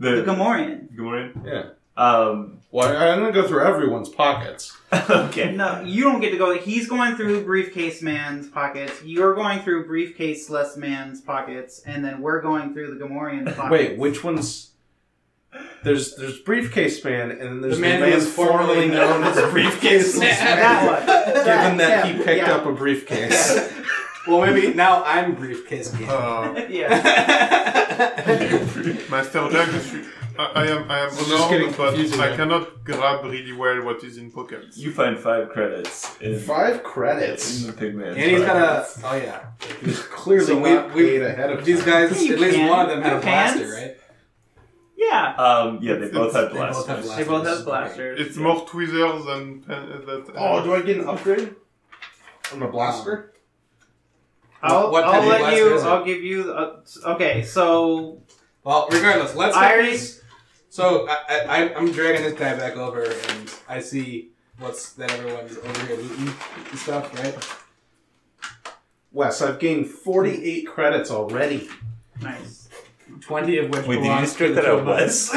S6: The,
S2: The Gamorrean.
S6: Gamorrean?
S5: Yeah.
S6: Um,
S5: Well, I- I'm gonna go through everyone's pockets.
S6: okay.
S2: No, you don't get to go. He's going through briefcase man's pockets. You're going through briefcase less man's pockets, and then we're going through the Gamorrean's pockets.
S5: Wait, which one's? There's there's briefcase man, and then there's
S4: The man who was formerly known as
S5: briefcase
S2: that one?
S5: Given that he
S2: yeah,
S5: picked
S2: yeah.
S5: up a briefcase.
S4: well, maybe now I'm briefcase game.
S3: Uh,
S2: yeah.
S3: Master Jack, just, I, I am I am
S5: This is getting
S3: alone, but
S5: confusing eh?
S3: I
S5: now.
S3: cannot grab really well what is in pockets.
S6: You find five credits in,
S5: Five
S6: in
S5: credits.
S6: the pig man's
S4: and he's got
S6: pocket.
S4: a. Oh yeah.
S5: He's clearly
S4: So we-
S5: not
S4: we-
S5: paid ahead of
S4: These
S5: time.
S4: guys,
S2: You
S4: at least
S2: can.
S4: one of them had a
S2: You can.
S4: blaster, right?
S2: yeah.
S6: Um, yeah, they
S3: It's-
S6: both have
S4: They both have
S6: blasters.
S2: They both have
S4: Okay.
S2: blasters.
S3: It's more tweezers than uh, that.
S5: Oh, do I get an upgrade? I'm a blaster.
S2: I'll,
S4: What
S2: I'll
S4: type of
S2: let
S4: blaster
S2: you.
S4: is it?
S2: I'll give you. the- Uh, okay, so
S4: Well, regardless, let's.
S2: I
S4: get
S2: already-
S4: these- So I, I, I'm- I'm dragging this guy back over, and I see what's that everyone's over here looting and stuff, right?
S5: Wes, I've gained 48 credits already.
S2: nice.
S4: Twenty of which
S6: Wait, did you
S4: belongs
S6: just strip
S4: to the
S6: that out,
S4: two of us.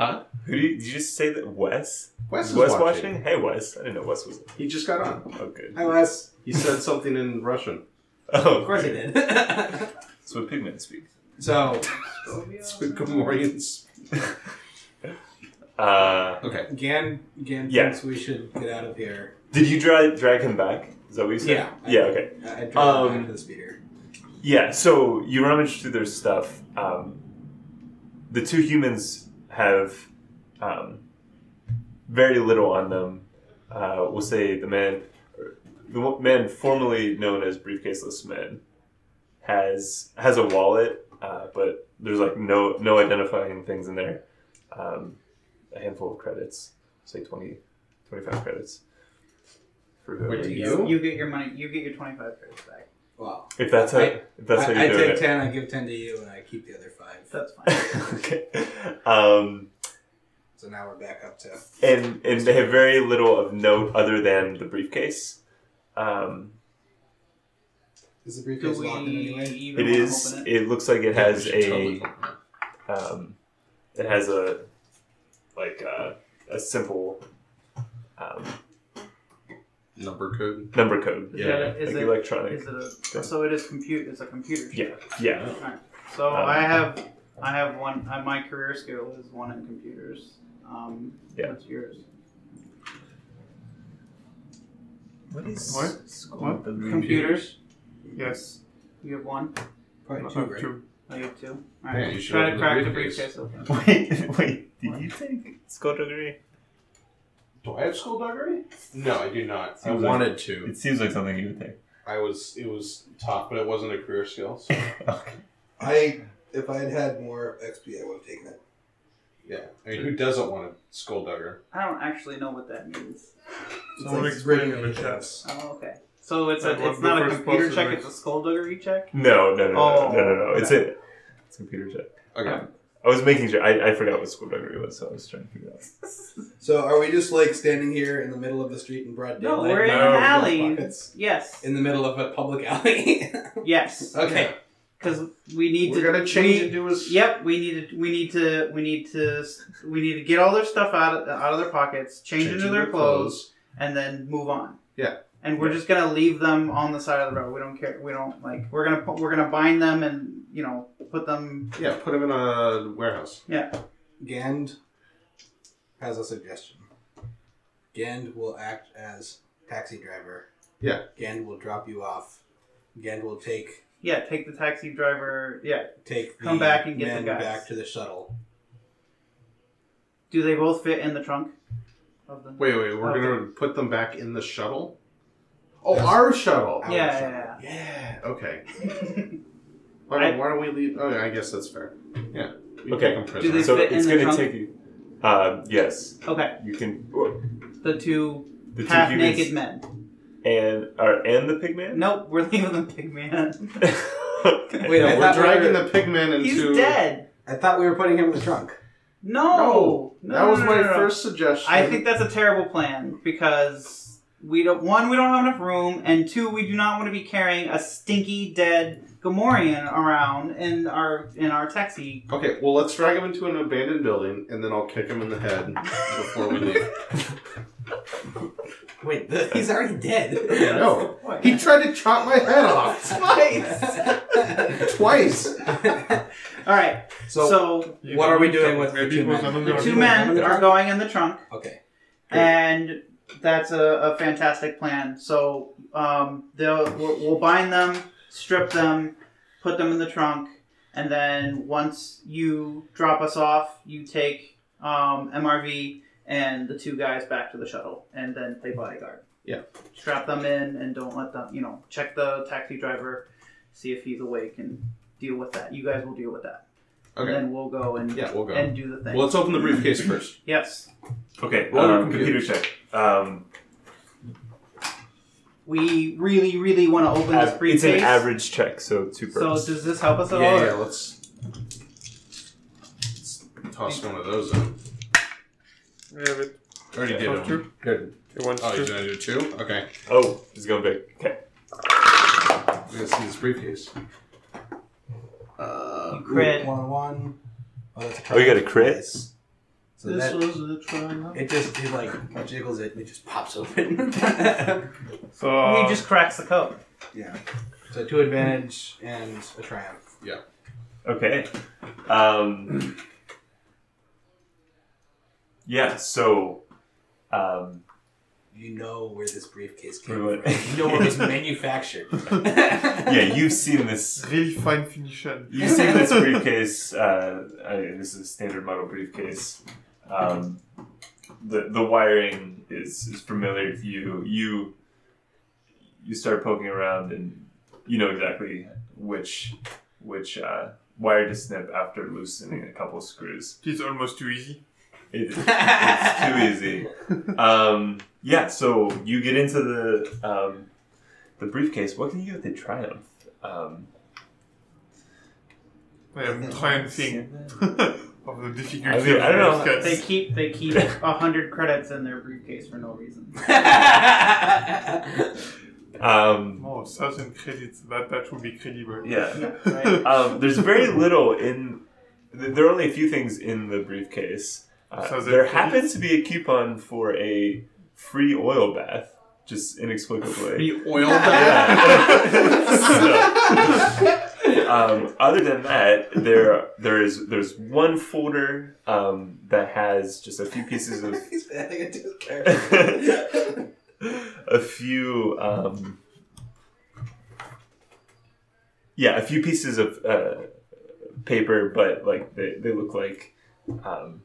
S5: Huh?
S6: Who do you, did you just say that Wes?
S5: Wes is
S6: Wes
S5: watching.
S6: Hey, Wes. I didn't know Wes was.
S5: He just got on.
S6: Oh, good.
S4: Hi, Wes.
S5: He said something in Russian.
S6: Oh,
S4: Of course he did.
S6: That's what pigmen speak.
S4: so
S5: It's with Gamorreans.
S6: Uh,
S5: Okay.
S4: Gan Gan
S6: Yeah.
S4: thinks we should get out of here.
S6: did you drag drag him back? Is that what you said?
S4: Yeah.
S6: Yeah. Okay.
S4: I I drove
S6: Um,
S4: back to the speeder.
S6: Yeah, so you rummage through their stuff. Um, the two humans have um, very little on them. Uh, we'll say the man, the one- man formerly known as Briefcaseless Man, has has a wallet, uh, but there's like no no identifying things in there. Um, a handful of credits, say 20, 25 credits. For whoever.
S5: Wait, do
S2: You?
S5: you?
S2: get your money. You get your twenty five credits back.
S4: Wow.
S6: if that's how
S4: I-
S6: if that's how
S4: I,
S6: you're
S4: I
S6: doing
S4: take
S6: it.
S4: ten, I give ten to you, and I keep the other five.
S2: That's fine.
S6: okay. Um,
S4: So now we're back up to
S6: and and they have very little of note other than the briefcase. Um,
S4: Is the
S2: Do
S4: briefcase
S2: we
S4: locked in anyway?
S2: even
S6: it
S2: wanna
S6: is.
S2: Open it?
S6: It looks like it has
S5: We should
S6: a.
S5: totally-
S6: Um, it has a like a, a simple um,
S5: Number code.
S6: number code.
S5: Yeah.
S6: Like
S2: Is it,
S6: electronic.
S2: is it a, so? It is compute. It's a computer.
S6: yeah. Yeah.
S2: So
S6: Um,
S2: I have I have one. I, my career skill is one in computers. Um,
S1: Yeah.
S2: What's yours?
S1: What is
S3: What? What?
S4: Mm-hmm.
S2: Computers.
S3: Yes. Uh,
S2: You have one.
S3: I
S7: Probably two,
S3: have
S7: right?
S3: two.
S2: Oh, you have two. All
S5: Yeah,
S2: right.
S5: you should
S2: Try to
S5: open the
S2: crack the
S5: database.
S2: briefcase open.
S1: Wait, wait. Did you take skullduggery?
S5: Do I have skullduggery? No, I do not. I
S1: Seems like-
S5: wanted to.
S1: It seems like something you would take.
S5: I was. It was tough, but it wasn't a career skill. So
S1: Okay.
S7: I if I had had more XP, I would have taken it.
S5: yeah, I mean, who doesn't want a skulldugger?
S2: I don't actually know what that means.
S7: It's
S3: Someone
S7: like
S3: explain
S7: radio
S3: in the
S7: things.
S2: Oh, okay. So it's
S3: That
S2: a,
S3: was
S2: it's
S3: the
S2: not a
S3: first
S2: computer
S3: person
S2: check.
S3: that-
S2: It's a skullduggery check.
S6: No, no, no, no, no, no, no.
S2: Oh.
S6: It's a it's a computer check.
S5: Okay,
S6: I was making sure. I, I forgot what skullduggery was, so I was trying to figure out.
S7: So are we just like standing here in the middle of the street in broad
S2: No,
S7: daylight?
S2: we're in
S3: No,
S2: an
S3: no
S2: alley.
S7: Pockets.
S2: Yes.
S7: In the middle of a public alley.
S2: Yes.
S7: okay.
S2: Because we need
S5: we're
S2: to.
S5: gonna change
S2: we-
S5: into a. s-
S2: Yep, we need to. We need to. We need to. We need to get all their stuff out of, out of their pockets, change, into their clothes, and then move on.
S5: Yeah.
S2: And we're just gonna leave them on the side of the road. We don't care. We don't like. We're gonna pu- we're gonna bind them and you know put them.
S5: Yeah, put him in a warehouse.
S7: Gand has a suggestion. Gand will act as taxi driver.
S5: Yeah.
S7: Gand will drop you off. Gand will take
S2: Yeah, take the taxi driver. Yeah.
S7: take the
S2: Come back and get the
S7: men
S2: guys.
S7: back to the shuttle.
S2: Do they both fit in the trunk? Of the.
S5: Wait, wait, we're
S2: Okay.
S5: gonna put them back in the shuttle. Oh,
S7: Yes.
S5: our shuttle.
S7: Our
S2: Yeah, yeah,
S7: shuttle.
S2: yeah.
S5: Yeah. Okay. Why, don't-
S2: I-
S5: why don't we leave? Oh, yeah, I guess that's fair. Yeah. We can
S6: Okay.
S5: take 'em
S2: Do they
S5: prisoner.
S6: So
S2: fit in
S6: it's
S2: the
S6: going to
S2: trunk?
S6: take you. Uh, yes,
S2: Okay,
S6: you can. uh,
S2: the two
S6: The two
S2: half
S6: humans
S2: naked men. and
S6: and are and the pigman.
S2: nope, we're leaving the pig man.
S6: okay.
S7: Wait, I
S5: Yeah, we're
S7: thought we
S5: dragging
S7: were-
S5: the pigman into.
S2: He's dead.
S7: I thought we were putting him in the trunk.
S2: No, no,
S5: that was
S2: no, no,
S5: my
S2: no, no.
S5: first suggestion.
S2: I think that's a terrible plan because we don't one we don't have enough room, and two we do not want to be carrying a stinky dead Gamorrean around in our in our taxi.
S5: Okay, well, let's drag him into an abandoned building, and then I'll kick him in the head before we leave.
S7: Wait, the, he's already dead.
S5: no, he tried to chop my head off twice.
S2: All right, so,
S7: so, what are we doing with the
S3: Maybe
S7: two
S3: it was
S7: men?
S3: another
S2: the
S7: Are
S2: two
S7: we going
S2: men
S7: in the
S2: are
S7: trunk?
S2: going in the trunk,
S7: Okay.
S2: and that's a, a fantastic plan. So um, they'll we'll, we'll bind them, strip them, put them in the trunk, and then once you drop us off, you take um, MRV and the two guys back to the shuttle, and then play bodyguard.
S5: Yeah.
S2: Strap them in and don't let them. You know, check the taxi driver, see if he's awake, and deal with that. You guys will deal with that.
S5: Okay.
S2: And then we'll go and
S5: Yeah, we'll go.
S2: and do the thing.
S5: well, let's open the briefcase first.
S2: yes.
S6: Okay.
S5: Roll your
S6: Um, computer check. Um,
S2: We really, really want to open this
S6: av- it's
S2: briefcase.
S6: an average check, so two
S2: So
S6: perks.
S2: does this help us at all?
S5: yeah, yeah, let's, let's toss one of those in.
S3: I have it.
S5: I already did
S3: Oh,
S5: one.
S3: two.
S5: Good.
S3: It wants
S5: Oh,
S3: to-
S5: you're gonna do two? Okay.
S6: oh, it's going big. Okay.
S5: We gotta see this briefcase. Uh,
S2: You crit.
S7: One on one. Oh, that's a
S6: Oh, you got a
S7: perfect
S6: crit?
S7: place. So that,
S5: was a trial.
S7: it just it like jiggles it and it just pops open.
S3: So
S6: Uh,
S2: we just cracks the code.
S7: yeah. So two advantage and a triumph.
S6: Okay. Um, yeah. So. Um,
S7: You know where this briefcase
S6: we
S7: came
S6: went-
S7: from. You know where it was manufactured.
S6: yeah,
S7: yeah.
S6: you've seen this.
S3: really fine finition.
S6: You've seen this briefcase. Uh, I, this is a standard model briefcase. Um, the the wiring is, is familiar to you. You you start poking around and you know exactly which which uh, wire to snip after loosening a couple screws.
S3: It's almost too easy.
S6: It, it's too easy. Um, yeah, so you get into the um, the briefcase. What can you do with the triumph? Um,
S3: I am triumphing of the difficulty.
S6: I mean, I don't
S3: of
S6: know.
S3: this
S2: They
S3: case.
S2: keep they keep a hundred credits in their briefcase for no reason.
S6: um,
S3: Oh, certain credits. That that would be credible.
S6: yeah.
S2: Yeah, right?
S6: Um, there's very little in. th- There are only a few things in the briefcase. Uh,
S3: So is it
S6: there
S3: free?
S6: happens to be a coupon for a free oil bath, just inexplicably.
S5: oil
S6: Yeah. Uh, So,
S8: um, other than that, there there is there's one folder um, that has just a few pieces of
S4: He's adding it to his character.
S8: a few um, yeah a few pieces of uh, paper but like they, they look like um,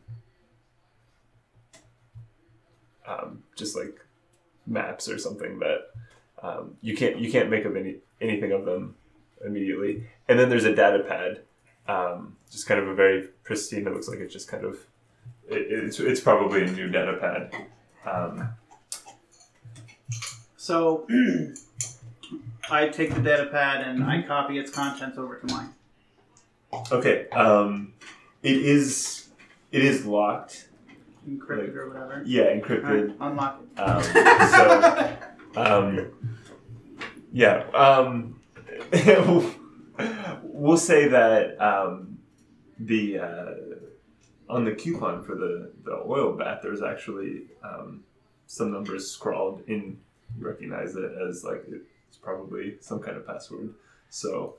S8: um, just like maps or something that um, you can't you can't make of any anything of them immediately and then there's a data pad um, just kind of a very pristine it looks like it's just kind of
S6: It, it's, it's probably a new data pad. Um,
S2: So I take the data pad and I
S6: Mm-hmm.
S2: copy its contents over to mine.
S6: okay. Um, it is it is locked.
S2: Encrypted or whatever.
S6: Yeah, encrypted.
S2: Alright, unlock it.
S6: Um, so, um, yeah, um, we'll say that um, the uh, on the coupon for the the oil bath, there's actually um, some numbers scrawled in. You recognize it as like it's probably some kind of password. So.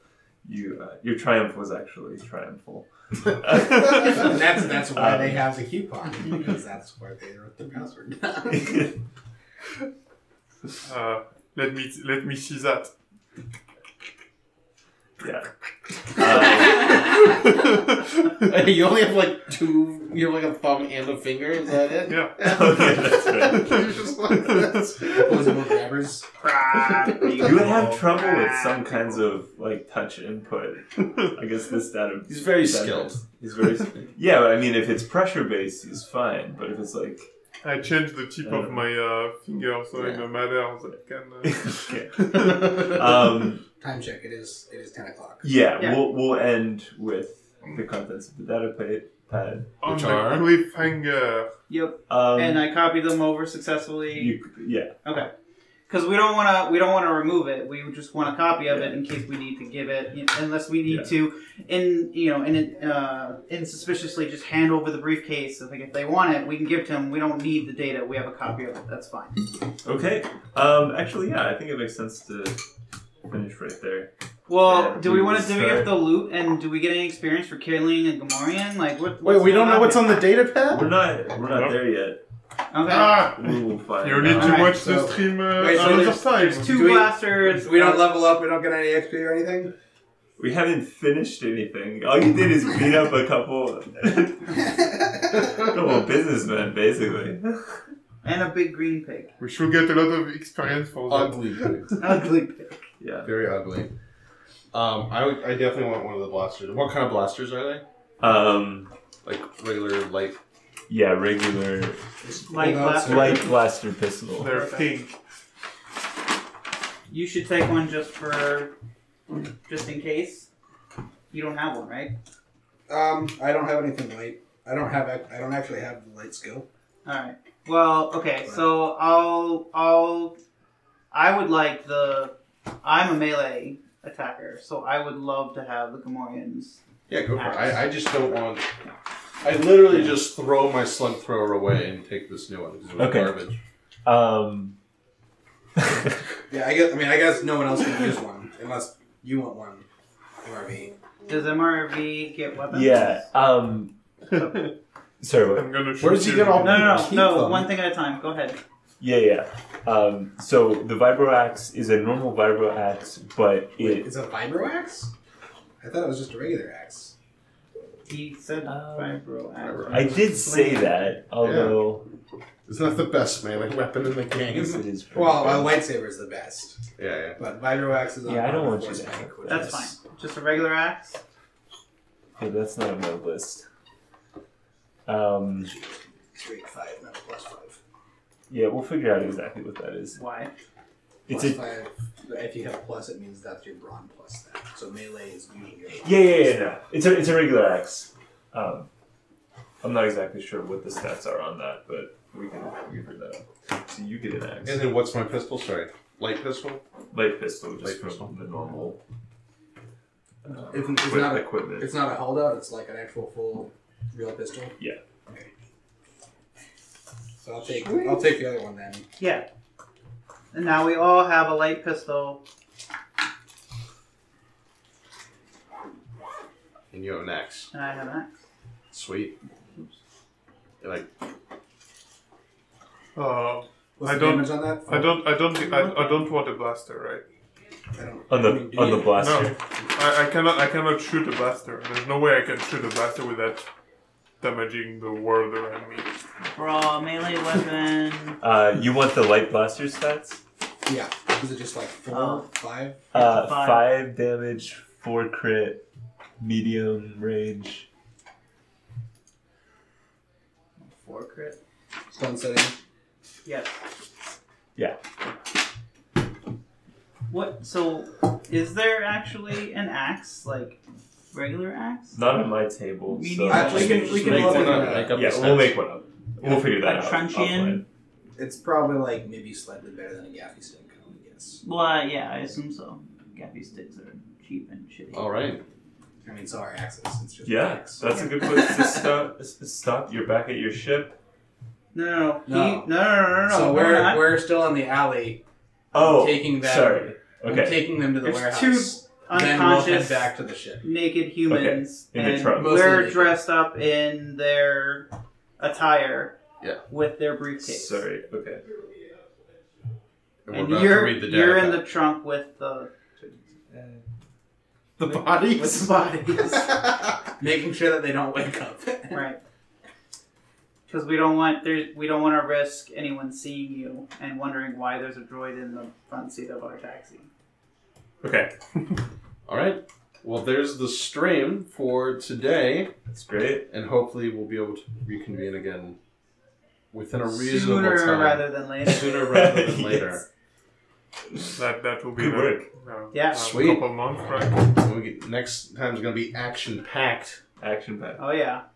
S6: You, uh, your triumph was actually triumphal.
S4: And that's that's why they have the coupon because that's why they wrote the password.
S3: Uh, let me let me see that.
S6: yeah. Um,
S5: you only have like
S4: Two, you have like a thumb and a finger. Is that it?
S3: Yeah.
S6: okay, that's right.
S4: Just like that. Was it both grabbers?
S6: You would have trouble with some kinds of like touch input. I guess this data.
S5: He's very
S6: data-
S5: skilled.
S6: He's very. yeah, but I mean, if it's pressure based, he's fine. But if it's like,
S3: I changed the tip of my uh, finger so it no matter that can. Uh,
S6: um,
S4: Time check. It is. It is ten o'clock.
S6: yeah,
S2: Yeah.
S6: we'll we'll end with the contents of the data pa- pad.
S3: on
S5: Which
S3: the
S5: are?
S3: cliffhanger.
S2: Yep.
S6: Um,
S2: and I copy them over successfully.
S6: you, yeah,
S2: Okay. Because we don't want to, we don't want to remove it. We just want a copy of it in case we need to give it, you know, unless we need
S6: Yeah.
S2: to, in you know, in it, uh, insuspiciously just hand over the briefcase. If, like, if they want it, we can give it to them. We don't need the data. We have a copy of it. That's fine.
S6: okay. Um, actually, yeah, I think it makes sense to finish right there.
S2: Well,
S6: Yeah,
S2: do we
S6: we
S2: want
S6: will
S2: to do it
S6: start.
S2: the loot and do we get any experience for killing a Gamorrean? Like what?
S5: Wait, we don't know what's on the data pad?
S6: We're not we're not there yet.
S2: on. Okay.
S3: Ah!
S6: We will find.
S3: You need
S6: out.
S3: to
S2: Alright,
S3: watch
S4: so-
S3: the stream uh,
S4: Wait, so
S3: another
S4: there's-
S3: time.
S2: There's two uh,
S4: Do we-
S2: blasters.
S4: We don't level up. We don't get any XP or anything.
S6: We haven't finished anything. All you did is beat up a couple, couple businessmen, basically.
S2: And a big green pig.
S3: We should get a lot of experience for that.
S5: Ugly.
S2: Ugly pig.
S6: Yeah.
S5: Very ugly. Um, I, would, I definitely want one of the blasters. What kind of blasters are they?
S6: Um.
S5: Like regular light.
S6: Yeah. Regular
S4: Hold on,
S2: Like blaster.
S6: light blaster pistol.
S3: They're pink.
S2: You should take one just for, just in case. You don't have one, right?
S4: Um, I don't have anything light. I don't have. ac- I don't actually have the light skill.
S2: All right. Well, okay. So I'll I'll I would like the I'm a melee attacker, so I would love to have the Gamorreans.
S5: Yeah, go for it. I, I just don't want. I literally just throw my slug thrower away and take this new one because it was
S6: Okay.
S5: garbage.
S6: Um.
S4: Yeah, I guess. I mean, I guess no one else can use one unless you want one, MRV.
S2: Does MRV get weapons?
S6: yeah. Um. Sorry. What?
S3: I'm gonna shoot
S5: Where's he
S3: you.
S5: gonna
S2: No, no, no,
S5: Keep
S2: no.
S5: them.
S2: One thing at a time. Go ahead.
S6: Yeah. Yeah. Um. So the vibro axe is a normal vibro axe, but
S4: Wait,
S6: it.
S4: it's a vibro axe. I thought it was just a regular axe.
S2: He said
S6: Um,
S2: vibro axe.
S6: I did say that, although
S5: Isn't that the best melee weapon in the game?
S6: it is. pretty
S4: Well,
S6: bad.
S4: a lightsaber is the best,
S5: Yeah,
S4: but vibro axe is. on
S6: Yeah, I don't
S4: par
S6: want
S4: with
S6: you to
S4: force
S6: have
S4: back, which
S2: That's
S4: is-
S2: fine. Just a regular axe.
S6: Yeah, that's not on my list. Um.
S4: Straight five, not a plus five.
S6: Yeah, we'll figure out exactly what that is.
S2: Why?
S6: It's a
S4: Plus five. If you have a plus, it means that's your brawn plus that. So melee is usually your. brawn
S6: Yeah, yeah,
S4: plus
S6: yeah, no. It's a it's a regular axe. Um, I'm not exactly sure what the stats are on that, but we can we can figure that out. So you get an axe,
S5: yeah. And then what's my pistol? Sorry. Light pistol?
S6: light pistol, just
S5: Light
S6: from
S5: pistol.
S6: the normal. Uh,
S4: If it's
S6: equip-
S4: not a-
S6: equipment.
S4: It's not a holdout, it's like an actual full real pistol.
S6: Yeah.
S4: Okay. So I'll take I'll take the other one then.
S2: Yeah. And now we all have a light pistol.
S5: and you have an axe.
S2: And I have an axe.
S5: Sweet. You're like,
S3: Uh,
S4: What's
S3: I
S4: the
S3: don't-
S4: damage on that?
S3: I don't, I don't, I, I don't want a blaster, right?
S4: I don't-
S6: on
S4: I
S6: the
S4: mean, do
S6: on the
S4: you?
S6: blaster.
S3: No, I, I cannot, I cannot shoot a blaster. There's no way I can shoot a blaster without damaging the world around me.
S2: Raw melee weapon.
S6: Uh, you want the light blaster stats?
S4: Yeah. Is it just like four,
S2: Oh.
S4: five?
S6: Uh,
S2: Five.
S6: five damage, four crit, medium range.
S2: Four crit.
S4: Stun setting.
S2: Yes.
S6: Yeah.
S2: What? So, is there actually an axe, like regular axe?
S6: Not on my table.
S2: We
S6: So
S2: need-
S6: I
S4: we
S6: think
S4: can-
S6: just
S4: we can
S6: make
S4: look
S6: one
S4: into
S6: up.
S4: that.
S5: make up
S6: Yeah,
S5: the
S6: we'll
S5: stats.
S6: make one up. We'll figure that
S2: A
S6: out.
S2: truncheon?
S6: offline.
S4: It's probably like maybe slightly better than a gaffy stick, I would guess.
S2: Well, uh, yeah, I assume so. Gaffy sticks are cheap and shitty.
S5: all right.
S4: I mean, so are axes. It's just
S6: Yeah,
S4: axe.
S2: Uh,
S6: that's a good place to stop. s- Stop. You're back at your ship.
S2: No, no,
S4: No.
S2: no, he, no, no, no, no, no.
S4: so
S2: we're,
S4: we're
S2: not.
S4: we're still in the alley.
S6: Oh,
S4: taking them.
S6: sorry.
S4: I'm
S6: Okay,
S4: taking them to the
S2: There's
S4: warehouse. then we'll head
S2: unconscious,
S4: back to the ship.
S2: naked humans,
S6: in the
S2: and
S6: trunk.
S4: Mostly
S2: we're
S4: naked.
S2: dressed up in their attire.
S5: Yeah.
S2: With their briefcase.
S6: sorry. Okay,
S5: And we're
S2: And
S5: about
S2: you're
S5: to read the data.
S2: you're in the trunk with the
S5: the body.
S2: with the bodies,
S4: Making sure that they don't wake up.
S2: right? Because we don't want there we don't want to risk anyone seeing you and wondering why there's a droid in the front seat of our taxi.
S6: okay,
S5: All right. Well, there's the stream for today,
S6: that's great.
S5: and hopefully we'll be able to reconvene again within a reasonable
S2: Sooner
S5: time.
S2: rather than later.
S5: Sooner rather than later.
S6: Yes.
S3: That, that will be
S6: Good
S3: in a-
S6: work.
S3: no,
S2: Yeah.
S3: a
S5: Sweet.
S3: Couple months, right?
S5: When we get, next time's going to be action packed.
S6: Action pack.
S2: Oh yeah.